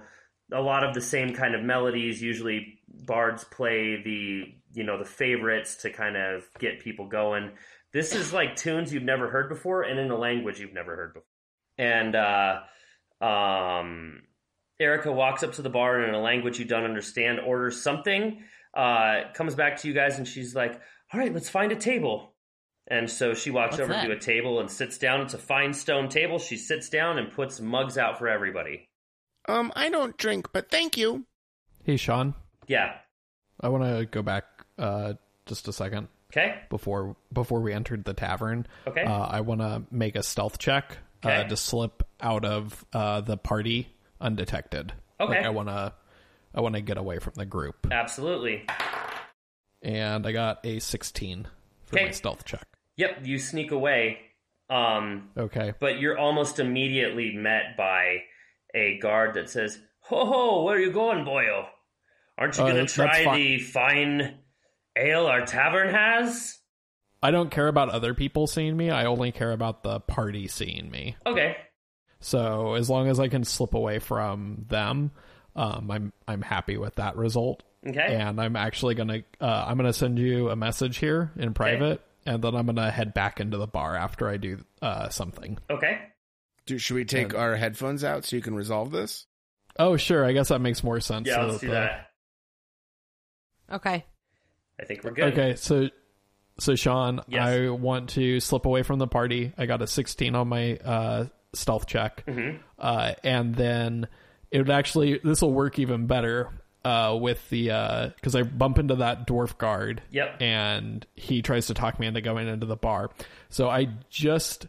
Speaker 4: a lot of the same kind of melodies. Usually, bards play the, you know, the favorites to kind of get people going. This is like tunes you've never heard before and in a language you've never heard before. And, uh, um, Erica walks up to the bar and in a language you don't understand, orders something, uh, comes back to you guys, and she's like, All right, let's find a table. And so she walks
Speaker 7: What's
Speaker 4: over
Speaker 7: that?
Speaker 4: to a table and sits down. It's a fine stone table. She sits down and puts mugs out for everybody.
Speaker 2: Um, I don't drink, but thank you.
Speaker 5: Hey, Sean,
Speaker 4: Yeah.
Speaker 5: I want to go back uh, just a second
Speaker 4: Okay.
Speaker 5: before before we entered the tavern.
Speaker 4: Okay.
Speaker 5: Uh, I want to make a stealth check uh,
Speaker 4: Okay.
Speaker 5: to slip out of uh, the party undetected.
Speaker 4: Okay.
Speaker 5: Like, I want to I want to get away from the group.
Speaker 4: Absolutely.
Speaker 5: And I got a 16 for my
Speaker 4: Okay.
Speaker 5: stealth check.
Speaker 4: Yep. You sneak away. Um,
Speaker 5: Okay.
Speaker 4: but you're almost immediately met by a guard that says, "Ho ho, where are you going, boyo? Aren't you
Speaker 5: Uh,
Speaker 4: going to
Speaker 5: that's- that's
Speaker 4: try
Speaker 5: fi-
Speaker 4: the fine ale our tavern has?"
Speaker 5: I don't care about other people seeing me. I only care about the party seeing me.
Speaker 4: Okay,
Speaker 5: So as long as I can slip away from them, um, I'm I'm happy with that result.
Speaker 4: okay,
Speaker 5: And I'm actually gonna uh, I'm gonna send you a message here in private, and then I'm gonna head back into the bar after I do uh, something.
Speaker 4: okay.
Speaker 2: Do, should we take our headphones out so you can resolve this?
Speaker 5: Oh sure, I guess that makes more sense.
Speaker 4: Yeah,
Speaker 5: so uh,
Speaker 4: let's do
Speaker 5: the-
Speaker 4: that.
Speaker 8: Okay.
Speaker 4: I think we're good.
Speaker 5: Okay, so so Sean,
Speaker 4: Yes.
Speaker 5: I want to slip away from the party. I got a 16 on my uh, stealth check,
Speaker 4: Mm-hmm.
Speaker 5: uh, and then it would actually this will work even better uh, with the because I bump into that dwarf guard.
Speaker 4: Yep.
Speaker 5: and he tries to talk me into going into the bar. So I just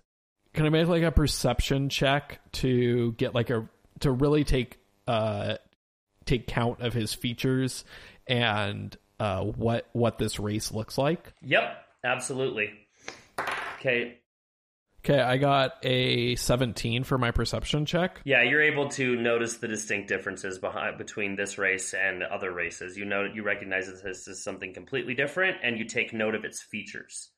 Speaker 5: can I make like a perception check to get like a to really take uh take count of his features and uh what what this race looks like.
Speaker 4: Yep, absolutely. Okay,
Speaker 5: Okay, I got a 17 for my perception check.
Speaker 4: yeah, you're able to notice the distinct differences behind, between this race and other races. You know, you recognize that this is something completely different, and you take note of its features.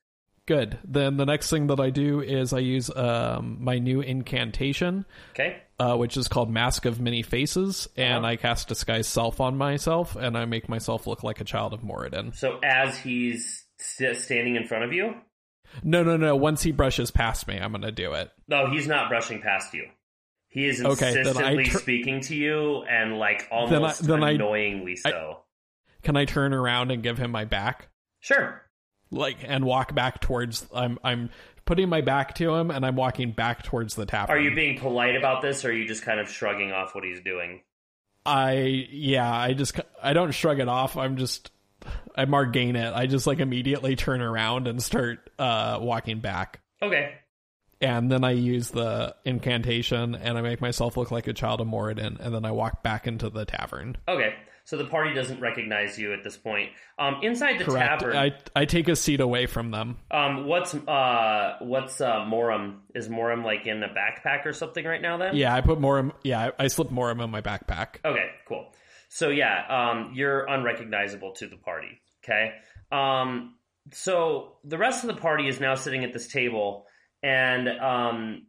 Speaker 5: Good. Then the next thing that I do is I use um my new incantation.
Speaker 4: Okay,
Speaker 5: uh, which is called Mask of Many Faces, and
Speaker 4: Uh-huh.
Speaker 5: I cast Disguise Self on myself, and I make myself look like a child of Moradin.
Speaker 4: so as he's st- standing in front of you,
Speaker 5: No, no, no. Once he brushes past me, I'm gonna do it.
Speaker 4: No, he's not brushing past you. He is
Speaker 5: Okay, then I
Speaker 4: insistently
Speaker 5: tur-
Speaker 4: speaking to you and like almost
Speaker 5: then I-
Speaker 4: annoyingly
Speaker 5: I-
Speaker 4: so.
Speaker 5: Can I turn around and give him my back?
Speaker 4: Sure.
Speaker 5: Like and walk back towards I'm I'm putting my back to him and I'm walking back towards the tap.
Speaker 4: Are you being polite about this or are you just kind of shrugging off what he's doing?
Speaker 5: I yeah, I just I don't shrug it off. I'm just I margain it. I just like immediately turn around and start uh walking back.
Speaker 4: Okay.
Speaker 5: And then I use the incantation and I make myself look like a child of Moradin and then I walk back into the tavern.
Speaker 4: Okay. So the party doesn't recognize you at this point. Um, inside the
Speaker 5: Correct.
Speaker 4: tavern,
Speaker 5: I I take a seat away from them.
Speaker 4: um, what's uh, what's uh, Morum? Is Morum like in a backpack or something right now? Then
Speaker 5: Yeah, I put Morum. Yeah, I, I slip Morum in my backpack.
Speaker 4: Okay, cool. So yeah, um, you're unrecognizable to the party. Okay. Um, so the rest of the party is now sitting at this table, and um,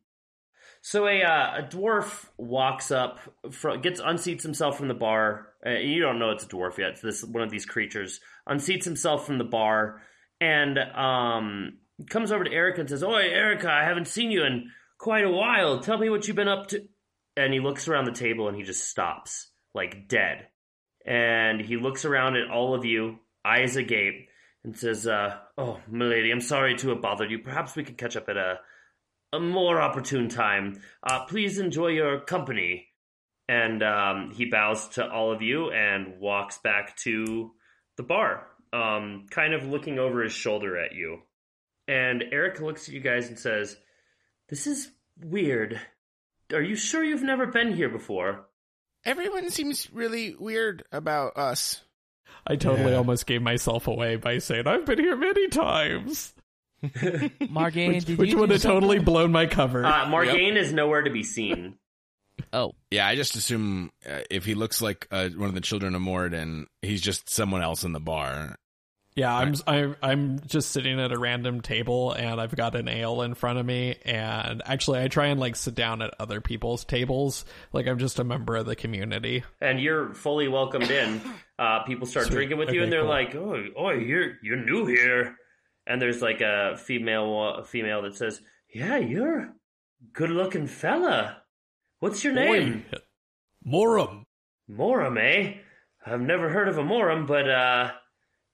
Speaker 4: so a uh, a dwarf walks up, fro- gets unseats himself from the bar. Uh, you don't know it's a dwarf yet. It's this one of these creatures unseats himself from the bar and um, comes over to Erica and says, "Oi, Erica, I haven't seen you in quite a while. Tell me what you've been up to." and he looks around the table and he just stops, like dead. And he looks around at all of you, eyes agape, and says, uh, "Oh, milady, I'm sorry to have bothered you. Perhaps we could catch up at a a more opportune time. Uh, please enjoy your company." And um, he bows to all of you and walks back to the bar, um, kind of looking over his shoulder at you. And Eric looks at you guys and says, "This is weird." Are you sure you've never been here before?
Speaker 2: Everyone seems really weird about us.
Speaker 5: I totally
Speaker 6: Yeah.
Speaker 5: almost gave myself away by saying I've been here many times,
Speaker 7: Margain,
Speaker 5: which,
Speaker 7: did
Speaker 5: which
Speaker 7: you
Speaker 5: would
Speaker 7: do
Speaker 5: have totally
Speaker 7: something?
Speaker 5: blown my cover.
Speaker 4: Uh, Margain is nowhere to be seen.
Speaker 7: Oh,
Speaker 2: Yeah, I just assume uh, if he looks like uh, one of the children of Moradin, he's just someone else in the bar.
Speaker 5: yeah, I'm, I'm I'm just sitting at a random table and I've got an ale in front of me, and actually I try and like sit down at other people's tables, like I'm just a member of the community.
Speaker 4: And you're fully welcomed in. Uh, people start
Speaker 5: Sweet.
Speaker 4: drinking with you,
Speaker 5: Okay,
Speaker 4: and they're
Speaker 5: cool.
Speaker 4: like, "Oh, oh, you're you're new here." And there's like a female a female that says, "Yeah, you're a good-looking fella. What's your name?"
Speaker 5: Oi, Morum.
Speaker 4: Morum, eh? I've never heard of a Morum, but uh,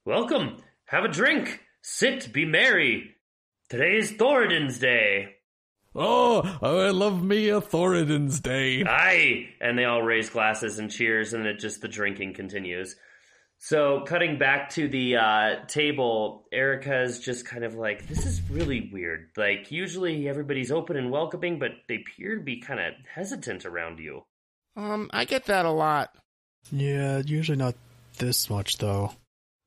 Speaker 4: welcome. Have a drink. Sit. Be merry. Today's Thoradin's day.
Speaker 5: Oh, I love me a Thoradin's day.
Speaker 4: Aye! And they all raise glasses and cheers, and it just the drinking continues. So, cutting back to the uh, table, Erica's just kind of like, this is really weird. Like, usually everybody's open and welcoming, but they appear to be kind of hesitant around you.
Speaker 2: Um, I get that a lot.
Speaker 6: Yeah, usually not this much though.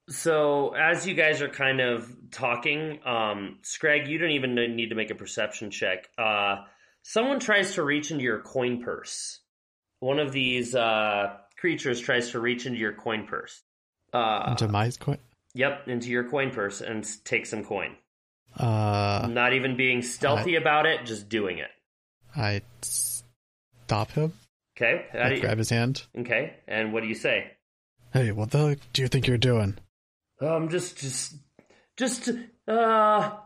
Speaker 4: So, as you guys are kind of talking, um, Scrag, you don't even need to make a perception check. Uh, someone tries to reach into your coin purse. One of these uh, creatures tries to reach into your coin purse. Uh,
Speaker 6: Into my coin.
Speaker 4: Yep, into your coin purse and s- take some coin.
Speaker 6: Uh,
Speaker 4: Not even being stealthy about it, just doing it.
Speaker 6: I stop him.
Speaker 4: Okay. How do
Speaker 6: I
Speaker 4: you-
Speaker 6: grab his hand.
Speaker 4: okay. And what do you say?
Speaker 6: Hey, what the heck do you think you're doing?
Speaker 4: Um, just, just, just, uh,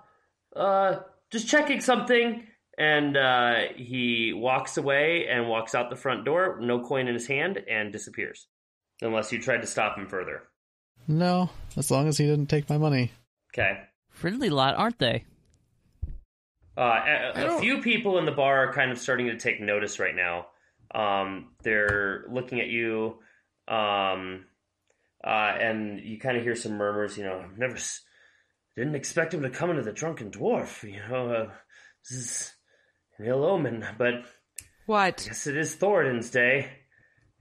Speaker 4: uh, just checking something. And uh, he walks away and walks out the front door, no coin in his hand, and disappears. Unless you tried to stop him further.
Speaker 6: No, as long as he didn't take my money.
Speaker 4: Okay.
Speaker 7: friendly lot, aren't they?
Speaker 4: Uh, a-
Speaker 2: I
Speaker 4: a, a
Speaker 2: don't-
Speaker 4: few people in the bar are kind of starting to take notice right now. Um, they're looking at you, um, uh, and you kind of hear some murmurs. You know, I've never s- didn't expect him to come into the drunken dwarf. You know, uh, this is an ill omen, but
Speaker 8: What?
Speaker 4: Yes, it is Thoradin's day,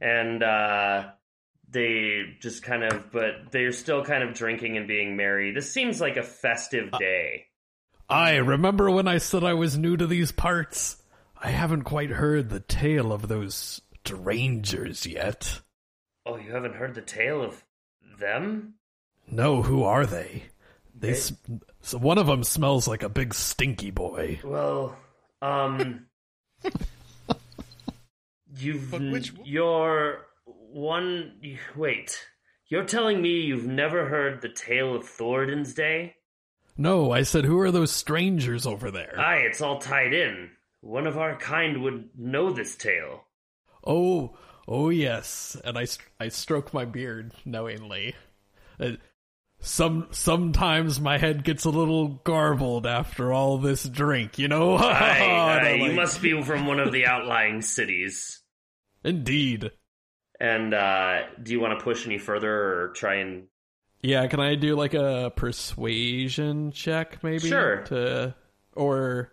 Speaker 4: and uh, they just kind of, but they're still kind of drinking and being merry. This seems like a festive
Speaker 2: Uh,
Speaker 4: day.
Speaker 5: I remember when I said I was new to these parts. I haven't quite heard the tale of those strangers yet.
Speaker 4: Oh, you haven't heard the tale of them?
Speaker 5: No, who are they? They sm- so one of them smells like a big stinky boy.
Speaker 4: Well, um, you've
Speaker 2: But which one?
Speaker 4: you're one. you- Wait, you're telling me you've never heard the tale of Thoradin's day?
Speaker 5: No, I said, who are those strangers over there?
Speaker 4: Aye, it's all tied in. One of our kind would know this tale.
Speaker 5: oh, oh yes. And I, st- I stroke my beard knowingly. Uh, some sometimes my head gets a little garbled after all this drink, you know.
Speaker 4: Aye,
Speaker 5: And I
Speaker 4: aye, you
Speaker 5: like-
Speaker 4: must be from one of the outlying cities.
Speaker 5: Indeed.
Speaker 4: And uh, do you want to push any further or try and.
Speaker 5: Yeah, can I do like a persuasion check maybe?
Speaker 4: Sure.
Speaker 5: To or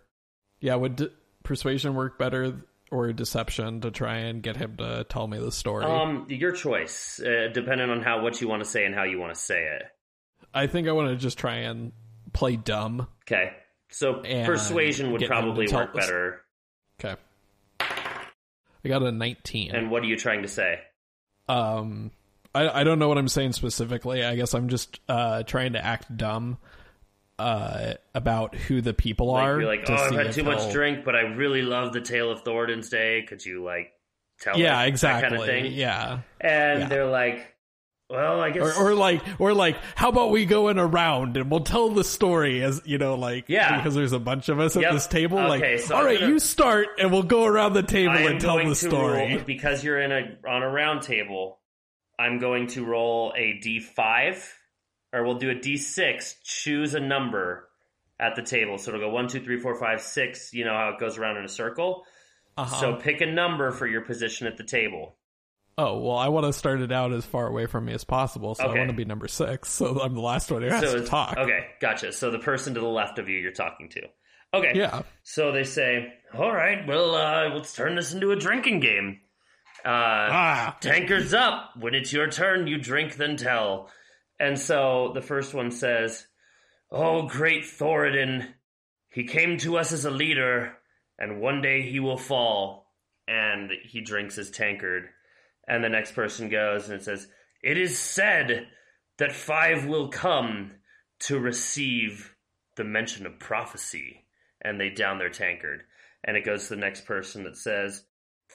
Speaker 5: yeah, would d- persuasion work better or deception to try and get him to tell me the story?
Speaker 4: Um, your choice, uh, depending on how what you want to say and how you want to say it.
Speaker 5: I think I want to just try and play dumb.
Speaker 4: Okay, so
Speaker 5: And
Speaker 4: persuasion would
Speaker 5: get him to
Speaker 4: probably
Speaker 5: tell
Speaker 4: work
Speaker 5: us-
Speaker 4: better.
Speaker 5: Okay. I got a 19.
Speaker 4: And what are you trying to say?
Speaker 5: um I I don't know what I'm saying specifically. I guess I'm just uh trying to act dumb uh about who the people
Speaker 4: Like,
Speaker 5: are.
Speaker 4: you're like,
Speaker 5: to
Speaker 4: oh, I've
Speaker 5: see
Speaker 4: had
Speaker 5: if
Speaker 4: too
Speaker 5: they'll-
Speaker 4: much drink, but I really love the tale of Thoradin's day. Could you like tell?
Speaker 5: Yeah,
Speaker 4: us?"
Speaker 5: exactly.
Speaker 4: That kind of thing.
Speaker 5: Yeah.
Speaker 4: And
Speaker 5: Yeah.
Speaker 4: they're like, well, I guess.
Speaker 5: or, or like or like how about we go in a round and we'll tell the story as you know like
Speaker 4: Yeah.
Speaker 5: because there's a bunch of us
Speaker 4: Yep.
Speaker 5: at this table
Speaker 4: Okay,
Speaker 5: like
Speaker 4: so
Speaker 5: all
Speaker 4: I'm
Speaker 5: right
Speaker 4: gonna-
Speaker 5: you start and we'll go around the table
Speaker 4: I am
Speaker 5: and tell
Speaker 4: going
Speaker 5: the
Speaker 4: to
Speaker 5: story
Speaker 4: roll because you're in a on a round table. I'm going to roll a d5, or we'll do a d6. Choose a number at the table, so it'll go one, two, three, four, five, six. You know how it goes around in a circle.
Speaker 5: uh-huh.
Speaker 4: So pick a number for your position at the table.
Speaker 5: oh well i want to start it out as far away from me as possible so
Speaker 4: Okay.
Speaker 5: i want to be number six so i'm the last one who has
Speaker 4: so
Speaker 5: to talk
Speaker 4: okay, gotcha. So the person to the left of you, you're talking to. Okay,
Speaker 5: yeah
Speaker 4: So they say, "All right, well, uh, let's turn this into a drinking game." Uh,
Speaker 5: ah
Speaker 4: Tankers up. When it's your turn, you drink, then tell. And so the first one says, Oh, great Thoradin, he came to us as a leader, and one day he will fall. And he drinks his tankard. And the next person goes and it says, It is said that five will come to receive the mention of prophecy. And they down their tankard. And it goes to the next person that says,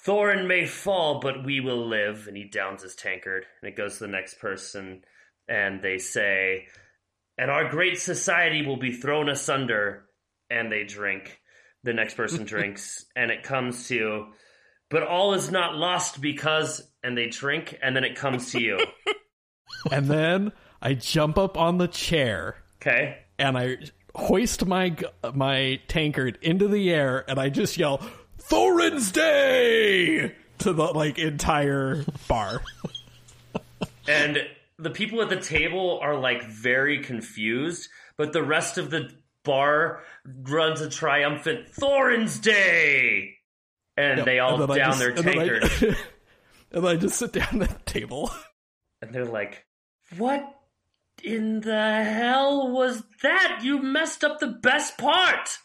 Speaker 4: Thorin may fall, but we will live. And he downs his tankard. And it goes to the next person, and they say, And our great society will be thrown asunder. And they drink. The next person drinks, and it comes to, But all is not lost because, and they drink, and then it comes to you.
Speaker 5: and then i jump up on the chair
Speaker 4: Okay?
Speaker 5: and I hoist my g- my tankard into the air and I just yell Thorin's Day to the like entire bar.
Speaker 4: And the people at the table are like very confused, but the rest of the bar runs a triumphant Thorin's Day! And they all
Speaker 5: And then I
Speaker 4: down
Speaker 5: just-
Speaker 4: their
Speaker 5: and then I-
Speaker 4: tankard.
Speaker 5: and I just sit down at the table.
Speaker 4: And they're like, What in the hell was that? You messed up the best part!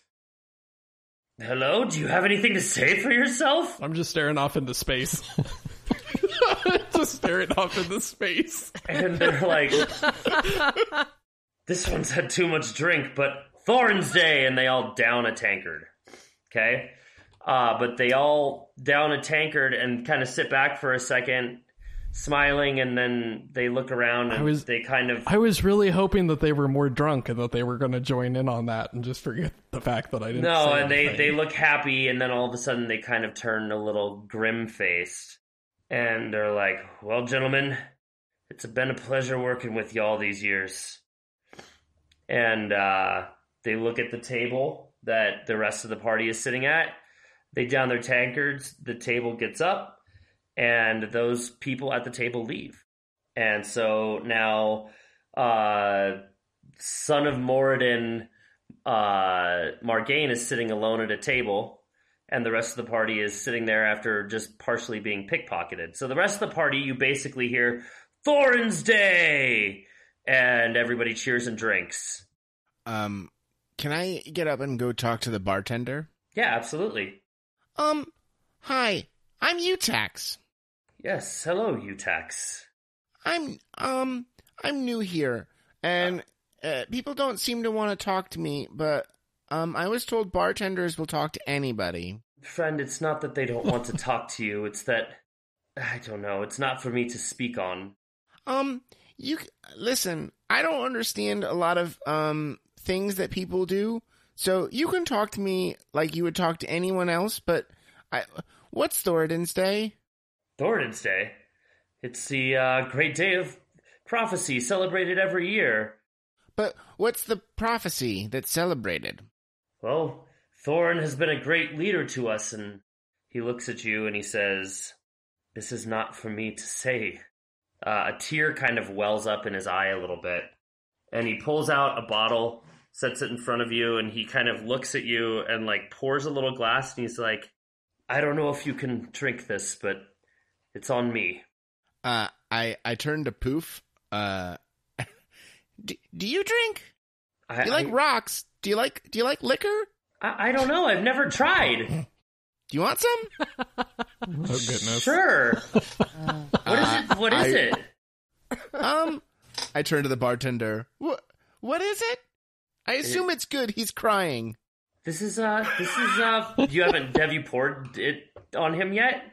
Speaker 4: Hello, do you have anything to say for yourself?
Speaker 5: I'm just staring off into space. just staring off into space.
Speaker 4: And they're like, This one's had too much drink, but Thorin's Day! And they all down a tankard. Okay? Uh, but they all down a tankard and kind of sit back for a second, smiling, and then they look around and
Speaker 5: was-
Speaker 4: they kind of.
Speaker 5: I was really hoping that they were more drunk and that they were going to join in on that and just forget the fact that I didn't.
Speaker 4: No,
Speaker 5: say
Speaker 4: and they,
Speaker 5: anything.
Speaker 4: they look happy, and then all of a sudden they kind of turn a little grim faced. And they're like, Well, gentlemen, it's been a pleasure working with y'all these years. And uh, they look at the table that the rest of the party is sitting at. They down their tankards. The table gets up, and those people at the table leave. And so now, uh, son of Moradin uh, Margain is sitting alone at a table, and the rest of the party is sitting there after just partially being pickpocketed. So the rest of the party, you basically hear Thorin's Day, and everybody cheers and drinks.
Speaker 2: Um, can I get up and go talk to the bartender?
Speaker 4: Yeah, absolutely.
Speaker 2: Um, hi, I'm Utax.
Speaker 4: Yes, hello, Utax.
Speaker 2: I'm um I'm new here, and uh, people don't seem to want to talk to me. But um, I was told bartenders will talk to anybody.
Speaker 4: Friend, it's not that they don't want to talk to you, it's that I don't know, it's not for me to speak on.
Speaker 2: Um, you c- listen. I don't understand a lot of um things that people do. So you can talk to me like you would talk to anyone else, but I what's Thoradin's Day?
Speaker 4: Thoradin's Day. It's the uh, great day of prophecy celebrated every year.
Speaker 2: But what's the prophecy that's celebrated?
Speaker 4: Well, Thorin has been a great leader to us, and he looks at you and he says, This is not for me to say. Uh, a tear kind of wells up in his eye a little bit, and he pulls out a bottle, sets it in front of you, and he kind of looks at you and like pours a little glass, and he's like, I don't know if you can drink this, but it's on me.
Speaker 2: Uh, I I turned to Poof. Uh, do, do you drink?
Speaker 4: I,
Speaker 2: Do you like rocks? Do you like do you like liquor?
Speaker 4: I, I don't know. I've never tried.
Speaker 2: Do you want some?
Speaker 5: Oh goodness.
Speaker 4: Sure. what is it? What is
Speaker 2: I-
Speaker 4: it?
Speaker 2: um, I turn to the bartender. What? What is it? I assume it's good. He's crying.
Speaker 4: This is uh, this is uh, you haven't have you poured it on him yet,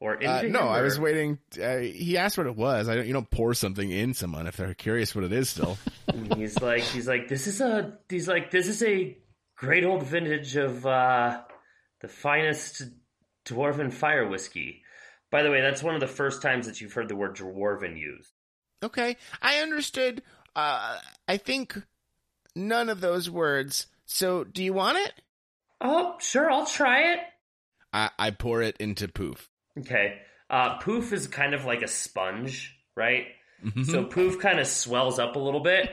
Speaker 4: or into
Speaker 2: Uh,
Speaker 4: him?
Speaker 2: no, I
Speaker 4: or-
Speaker 2: was waiting. Uh, he asked what it was. I don't. You don't pour something in someone if they're curious what it is. Still,
Speaker 4: He's like, he's like, this is a, he's like, this is a great old vintage of uh, the finest dwarven fire whiskey. By the way, that's one of the first times that you've heard the word dwarven used.
Speaker 2: okay. I understood. Uh, I think none of those words. So, do you want it?
Speaker 4: Oh, sure, I'll try it.
Speaker 2: I, I pour it into poof.
Speaker 4: Okay. Uh, poof is kind of like a sponge, right? So poof kind of swells up a little bit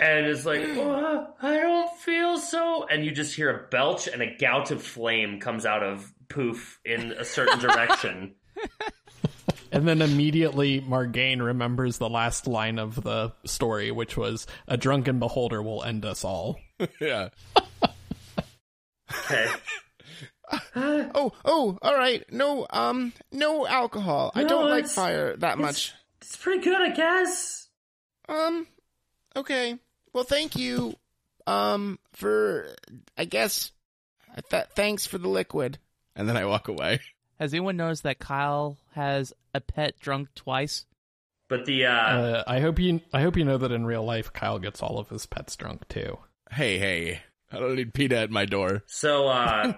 Speaker 4: and is like, "Oh, I don't feel so. And you just hear a belch and a gout of flame comes out of poof in a certain direction.
Speaker 5: And then immediately Margain remembers the last line of the story, which was a drunken beholder will end us all.
Speaker 2: yeah.
Speaker 4: Okay.
Speaker 2: Oh, oh, all right. No, um, no alcohol. I
Speaker 4: No,
Speaker 2: don't like
Speaker 4: it's-
Speaker 2: fire that much.
Speaker 4: It's, it's pretty good, I guess.
Speaker 2: Um, okay. Well, thank you. Um, for I guess. Th- thanks for the liquid. And then I walk away.
Speaker 7: Has anyone noticed that Kyle has a pet drunk twice?
Speaker 4: But the, uh,
Speaker 5: Uh, I hope you I hope you know that in real life Kyle gets all of his pets drunk too.
Speaker 2: Hey, hey. I don't need PETA at my door.
Speaker 4: So, uh,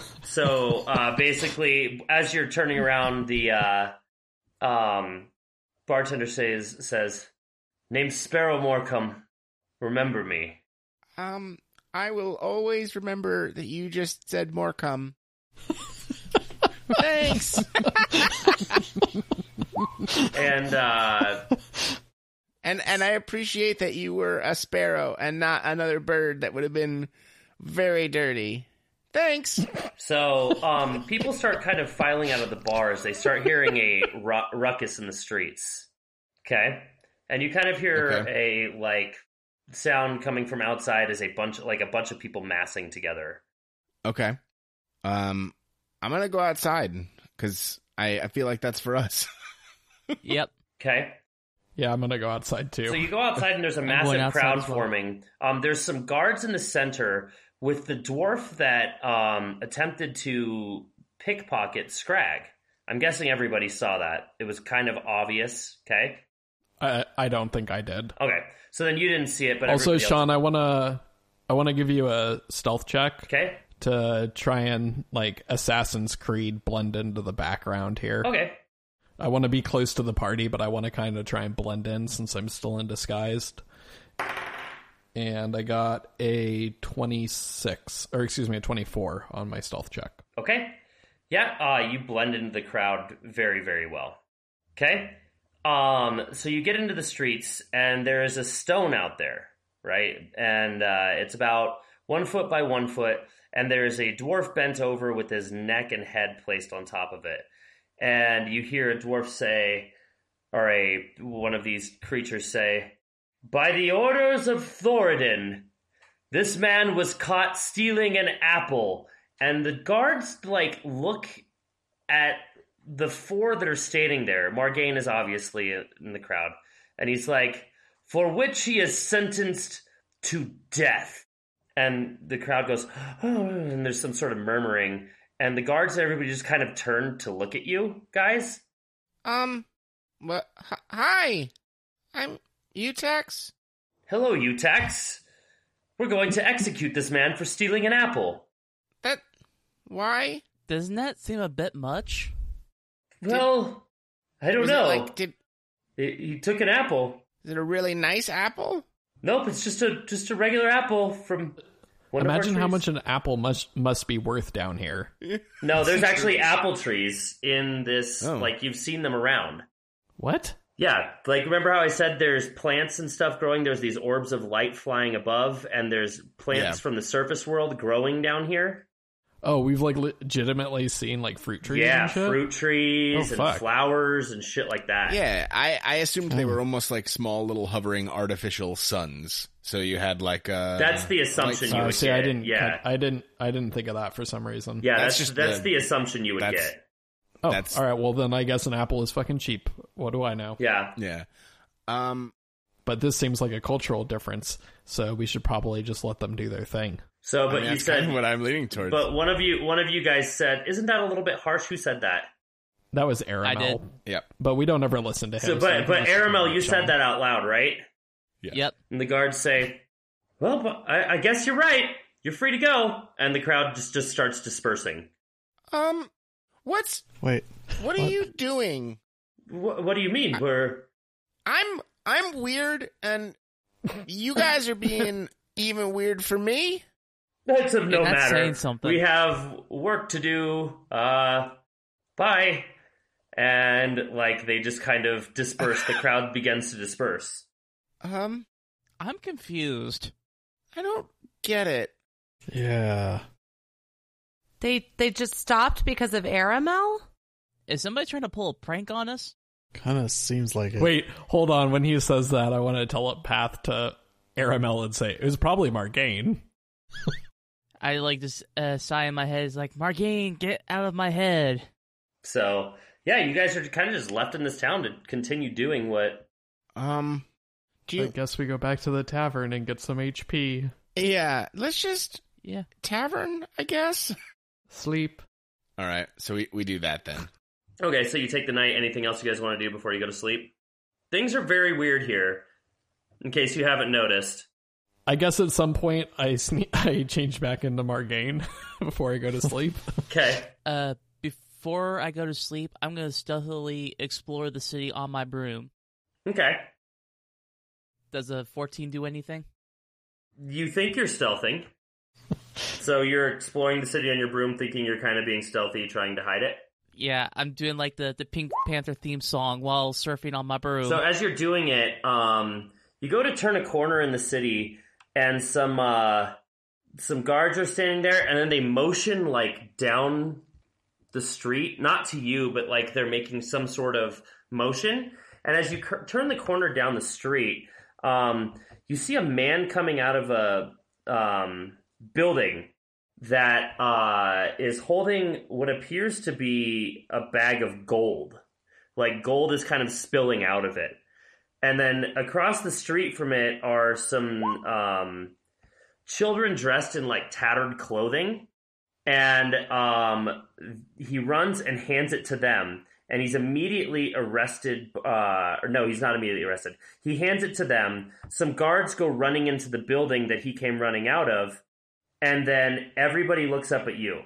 Speaker 4: so uh, basically, as you're turning around, the uh, um, bartender says, "says Name Sparrow Morecombe. Remember me."
Speaker 2: Um, I will always remember that you just said more come. thanks.
Speaker 4: And uh,
Speaker 2: And and I appreciate that you were a sparrow and not another bird that would have been very dirty. Thanks.
Speaker 4: so, um, people start kind of filing out of the bars. They start hearing a ru- ruckus in the streets. Okay, and you kind of hear a like sound coming from outside as a bunch, like a bunch of people massing together.
Speaker 2: Okay. Um, I'm gonna go outside because I, I feel like that's for us.
Speaker 7: yep.
Speaker 4: Okay.
Speaker 5: Yeah, I'm gonna go outside too.
Speaker 4: So you go outside and there's a
Speaker 7: going
Speaker 4: massive
Speaker 7: outside
Speaker 4: crowd
Speaker 7: as well.
Speaker 4: forming. Um, there's some guards in the center with the dwarf that um, attempted to pickpocket Scrag. I'm guessing everybody saw that. It was kind of obvious. Okay.
Speaker 5: I I don't think I did.
Speaker 4: Okay. So then you didn't see it, but
Speaker 5: also,
Speaker 4: everybody else-
Speaker 5: Sean, I wanna I wanna give you a stealth check
Speaker 4: Okay.
Speaker 5: to try and like Assassin's Creed blend into the background here.
Speaker 4: Okay.
Speaker 5: I want to be close to the party, but I want to kind of try and blend in since I'm still in disguised. And I got a 26, or excuse me, a 24 on my stealth check.
Speaker 4: Okay. Yeah, uh, you blend into the crowd very, very well. Okay. Um, so you get into the streets, and there is a stone out there, right? And uh, it's about one foot by one foot, and there is a dwarf bent over with his neck and head placed on top of it. And you hear a dwarf say, or a one of these creatures say, "By the orders of Thoradin." This man was caught stealing an apple, and the guards like look at the four that are standing there. Margain is obviously in the crowd, and he's like, "For which he is sentenced to death." And the crowd goes, oh, and there's some sort of murmuring, and the guards and everybody just kind of turn to look at you guys.
Speaker 2: Um, what? Hi, I'm Utex.
Speaker 4: Hello, Utex. We're going to execute this man for stealing an apple.
Speaker 9: That. Why?
Speaker 7: Doesn't that seem a bit much?
Speaker 4: Well, I don't
Speaker 9: Was
Speaker 4: know.
Speaker 9: It like, did,
Speaker 4: He- he took an apple.
Speaker 9: is it a really nice apple?
Speaker 4: Nope, it's just a just a regular apple from. One of our
Speaker 5: Imagine how
Speaker 4: trees.
Speaker 5: much an apple must must be worth down here.
Speaker 4: No, there's actually apple trees in this.
Speaker 2: Oh.
Speaker 4: Like you've seen them around.
Speaker 5: What?
Speaker 4: Yeah, like remember how I said there's plants and stuff growing? There's these orbs of light flying above, and there's plants
Speaker 2: Yeah.
Speaker 4: from the surface world growing down here.
Speaker 5: Oh, we've like legitimately seen like fruit trees.
Speaker 4: yeah,
Speaker 5: and shit?
Speaker 4: fruit trees
Speaker 5: Oh,
Speaker 4: and
Speaker 5: fuck.
Speaker 4: flowers and shit like that.
Speaker 2: Yeah, I, I assumed they were almost like small little hovering artificial suns. So you had like uh
Speaker 4: That's the assumption
Speaker 2: like-
Speaker 4: you
Speaker 5: Oh,
Speaker 4: would
Speaker 5: see,
Speaker 4: get.
Speaker 5: I didn't.
Speaker 4: yeah,
Speaker 5: I didn't. I didn't think of that for some reason.
Speaker 4: yeah. That's
Speaker 2: That's
Speaker 4: that's,
Speaker 2: just the-
Speaker 4: the, assumption you would
Speaker 2: that's-
Speaker 4: get.
Speaker 5: Oh,
Speaker 2: that's-
Speaker 5: all right. Well, then I guess an apple is fucking cheap. What do I know?
Speaker 4: Yeah,
Speaker 2: yeah. Um
Speaker 5: But this seems like a cultural difference, so we should probably just let them do their thing.
Speaker 2: I
Speaker 4: So, Oh, but
Speaker 2: mean,
Speaker 4: you
Speaker 2: that's
Speaker 4: said,
Speaker 2: kind of what I'm leaning towards.
Speaker 4: but one of you, one of you guys said, "Isn't that a little bit harsh?" Who said that?
Speaker 5: That was Aramel.
Speaker 7: I did.
Speaker 2: yep.
Speaker 5: But we don't ever listen to him.
Speaker 4: So,
Speaker 5: so we
Speaker 4: but
Speaker 5: can
Speaker 4: but
Speaker 5: just
Speaker 4: Aramel, you
Speaker 5: shine.
Speaker 4: said that out loud, right?
Speaker 2: Yeah.
Speaker 7: Yep.
Speaker 4: And the guards say, "Well, but I, I guess you're right. You're free to go." And the crowd just just starts dispersing.
Speaker 9: Um, what's
Speaker 6: Wait,
Speaker 9: what are
Speaker 6: What?
Speaker 9: you doing?
Speaker 4: Wh- what do you mean? We're
Speaker 9: I'm I'm weird, and you guys are being even weird for me.
Speaker 4: that's of no
Speaker 7: that's
Speaker 4: matter.
Speaker 7: saying something.
Speaker 4: We have work to do. Uh, bye. And like they just kind of disperse. the crowd begins to disperse.
Speaker 9: Um,
Speaker 7: I'm confused.
Speaker 9: I don't get it.
Speaker 6: yeah,
Speaker 8: They they just stopped because of Aramel?
Speaker 7: Is somebody trying to pull a prank on us?
Speaker 6: kind of seems like it.
Speaker 5: Wait, hold on. When he says that, I want to telepath to Aramel and say it was probably Margain.
Speaker 7: I like this uh, sigh in my head. It's like, Margain, get out of my head.
Speaker 4: So yeah, you guys are kind of just left in this town to continue doing what
Speaker 2: Um
Speaker 9: Do you,
Speaker 5: guess we go back to the tavern and get some HP.
Speaker 9: yeah, let's just
Speaker 7: Yeah.
Speaker 9: tavern, I guess.
Speaker 5: Sleep.
Speaker 2: all right, so we, we do that then.
Speaker 4: Okay, so you take the night. Anything else you guys want to do before you go to sleep? Things are very weird here, in case you haven't noticed.
Speaker 5: I guess at some point I sne- I change back into Margain before I go to sleep.
Speaker 4: Okay.
Speaker 7: Uh, before I go to sleep, I'm going to stealthily explore the city on my broom.
Speaker 4: Okay.
Speaker 7: Does a 14 do anything?
Speaker 4: You think you're stealthing. so you're exploring the city on your broom, thinking you're kind of being stealthy, trying to hide it.
Speaker 7: Yeah, I'm doing like the, the Pink Panther theme song while surfing on my broom.
Speaker 4: So as you're doing it, um, you go to turn a corner in the city, and some uh, some guards are standing there, and then they motion like down the street, not to you, but like they're making some sort of motion. And as you cur- turn the corner down the street, um, you see a man coming out of a um, building that uh, is holding what appears to be a bag of gold like gold is kind of spilling out of it. And then across the street from it are some um, children dressed in like tattered clothing. And um, he runs and hands it to them. And he's immediately arrested. Uh, or no, he's not immediately arrested. He hands it to them. Some guards go running into the building that he came running out of. And then everybody looks up at you.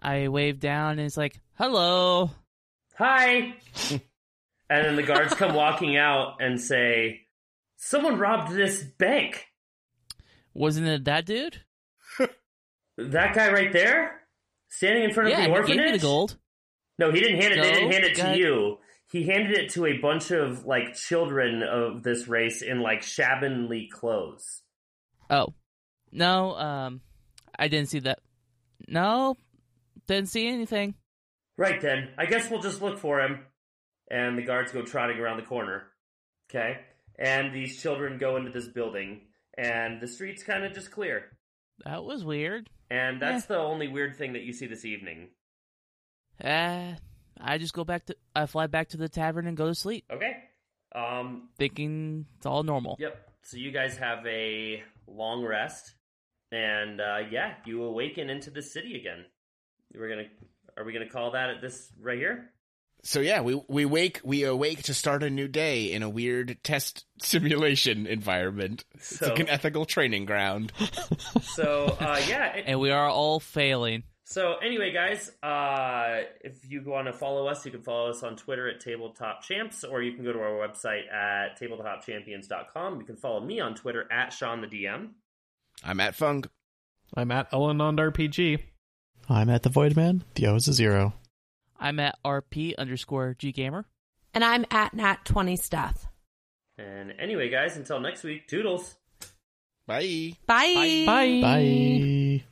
Speaker 7: I wave down and it's like, hello.
Speaker 4: hi. and then the guards come walking out and say, someone robbed this bank.
Speaker 7: Wasn't it that dude?
Speaker 4: That guy right there, standing in front
Speaker 7: yeah,
Speaker 4: of the
Speaker 7: he gave
Speaker 4: orphanage.
Speaker 7: me the gold.
Speaker 4: No, he didn't hand it. they
Speaker 7: No,
Speaker 4: didn't hand it
Speaker 7: God.
Speaker 4: to you. He handed it to a bunch of like children of this race in like shabbily clothes.
Speaker 7: Oh. No, um, I didn't see that. No, didn't see anything.
Speaker 4: Right then, I guess we'll just look for him. And the guards go trotting around the corner. Okay, and these children go into this building, and the street's kind of just clear.
Speaker 7: That was weird.
Speaker 4: And that's the only weird thing that you see this evening.
Speaker 7: Uh, I just go back to, I fly back to the tavern and go to sleep,
Speaker 4: Okay. Um,
Speaker 7: thinking it's all normal.
Speaker 4: yep. So you guys have a long rest. And uh, yeah, you awaken into the city again. We're gonna are we gonna call that at this right here?
Speaker 2: So yeah, we we wake we awake to start a new day in a weird test simulation environment. It's
Speaker 4: So-
Speaker 2: like an ethical training ground.
Speaker 4: So uh, yeah, it-
Speaker 7: and we are all failing.
Speaker 4: So anyway, guys, uh, if you want to follow us, you can follow us on Twitter at Tabletop Champs, or you can go to our website at tabletopchampions.com. You can follow me on Twitter at Sean the DM.
Speaker 2: I'm at Funk.
Speaker 5: I'm at Ellenond RPG.
Speaker 6: I'm at the Void Man. The O is a zero.
Speaker 7: I'm at RP underscore G Gamer.
Speaker 8: And I'm at Nat Twenty Stuff.
Speaker 4: And anyway, guys, until next week, toodles.
Speaker 2: Bye.
Speaker 8: Bye.
Speaker 7: Bye.
Speaker 6: Bye.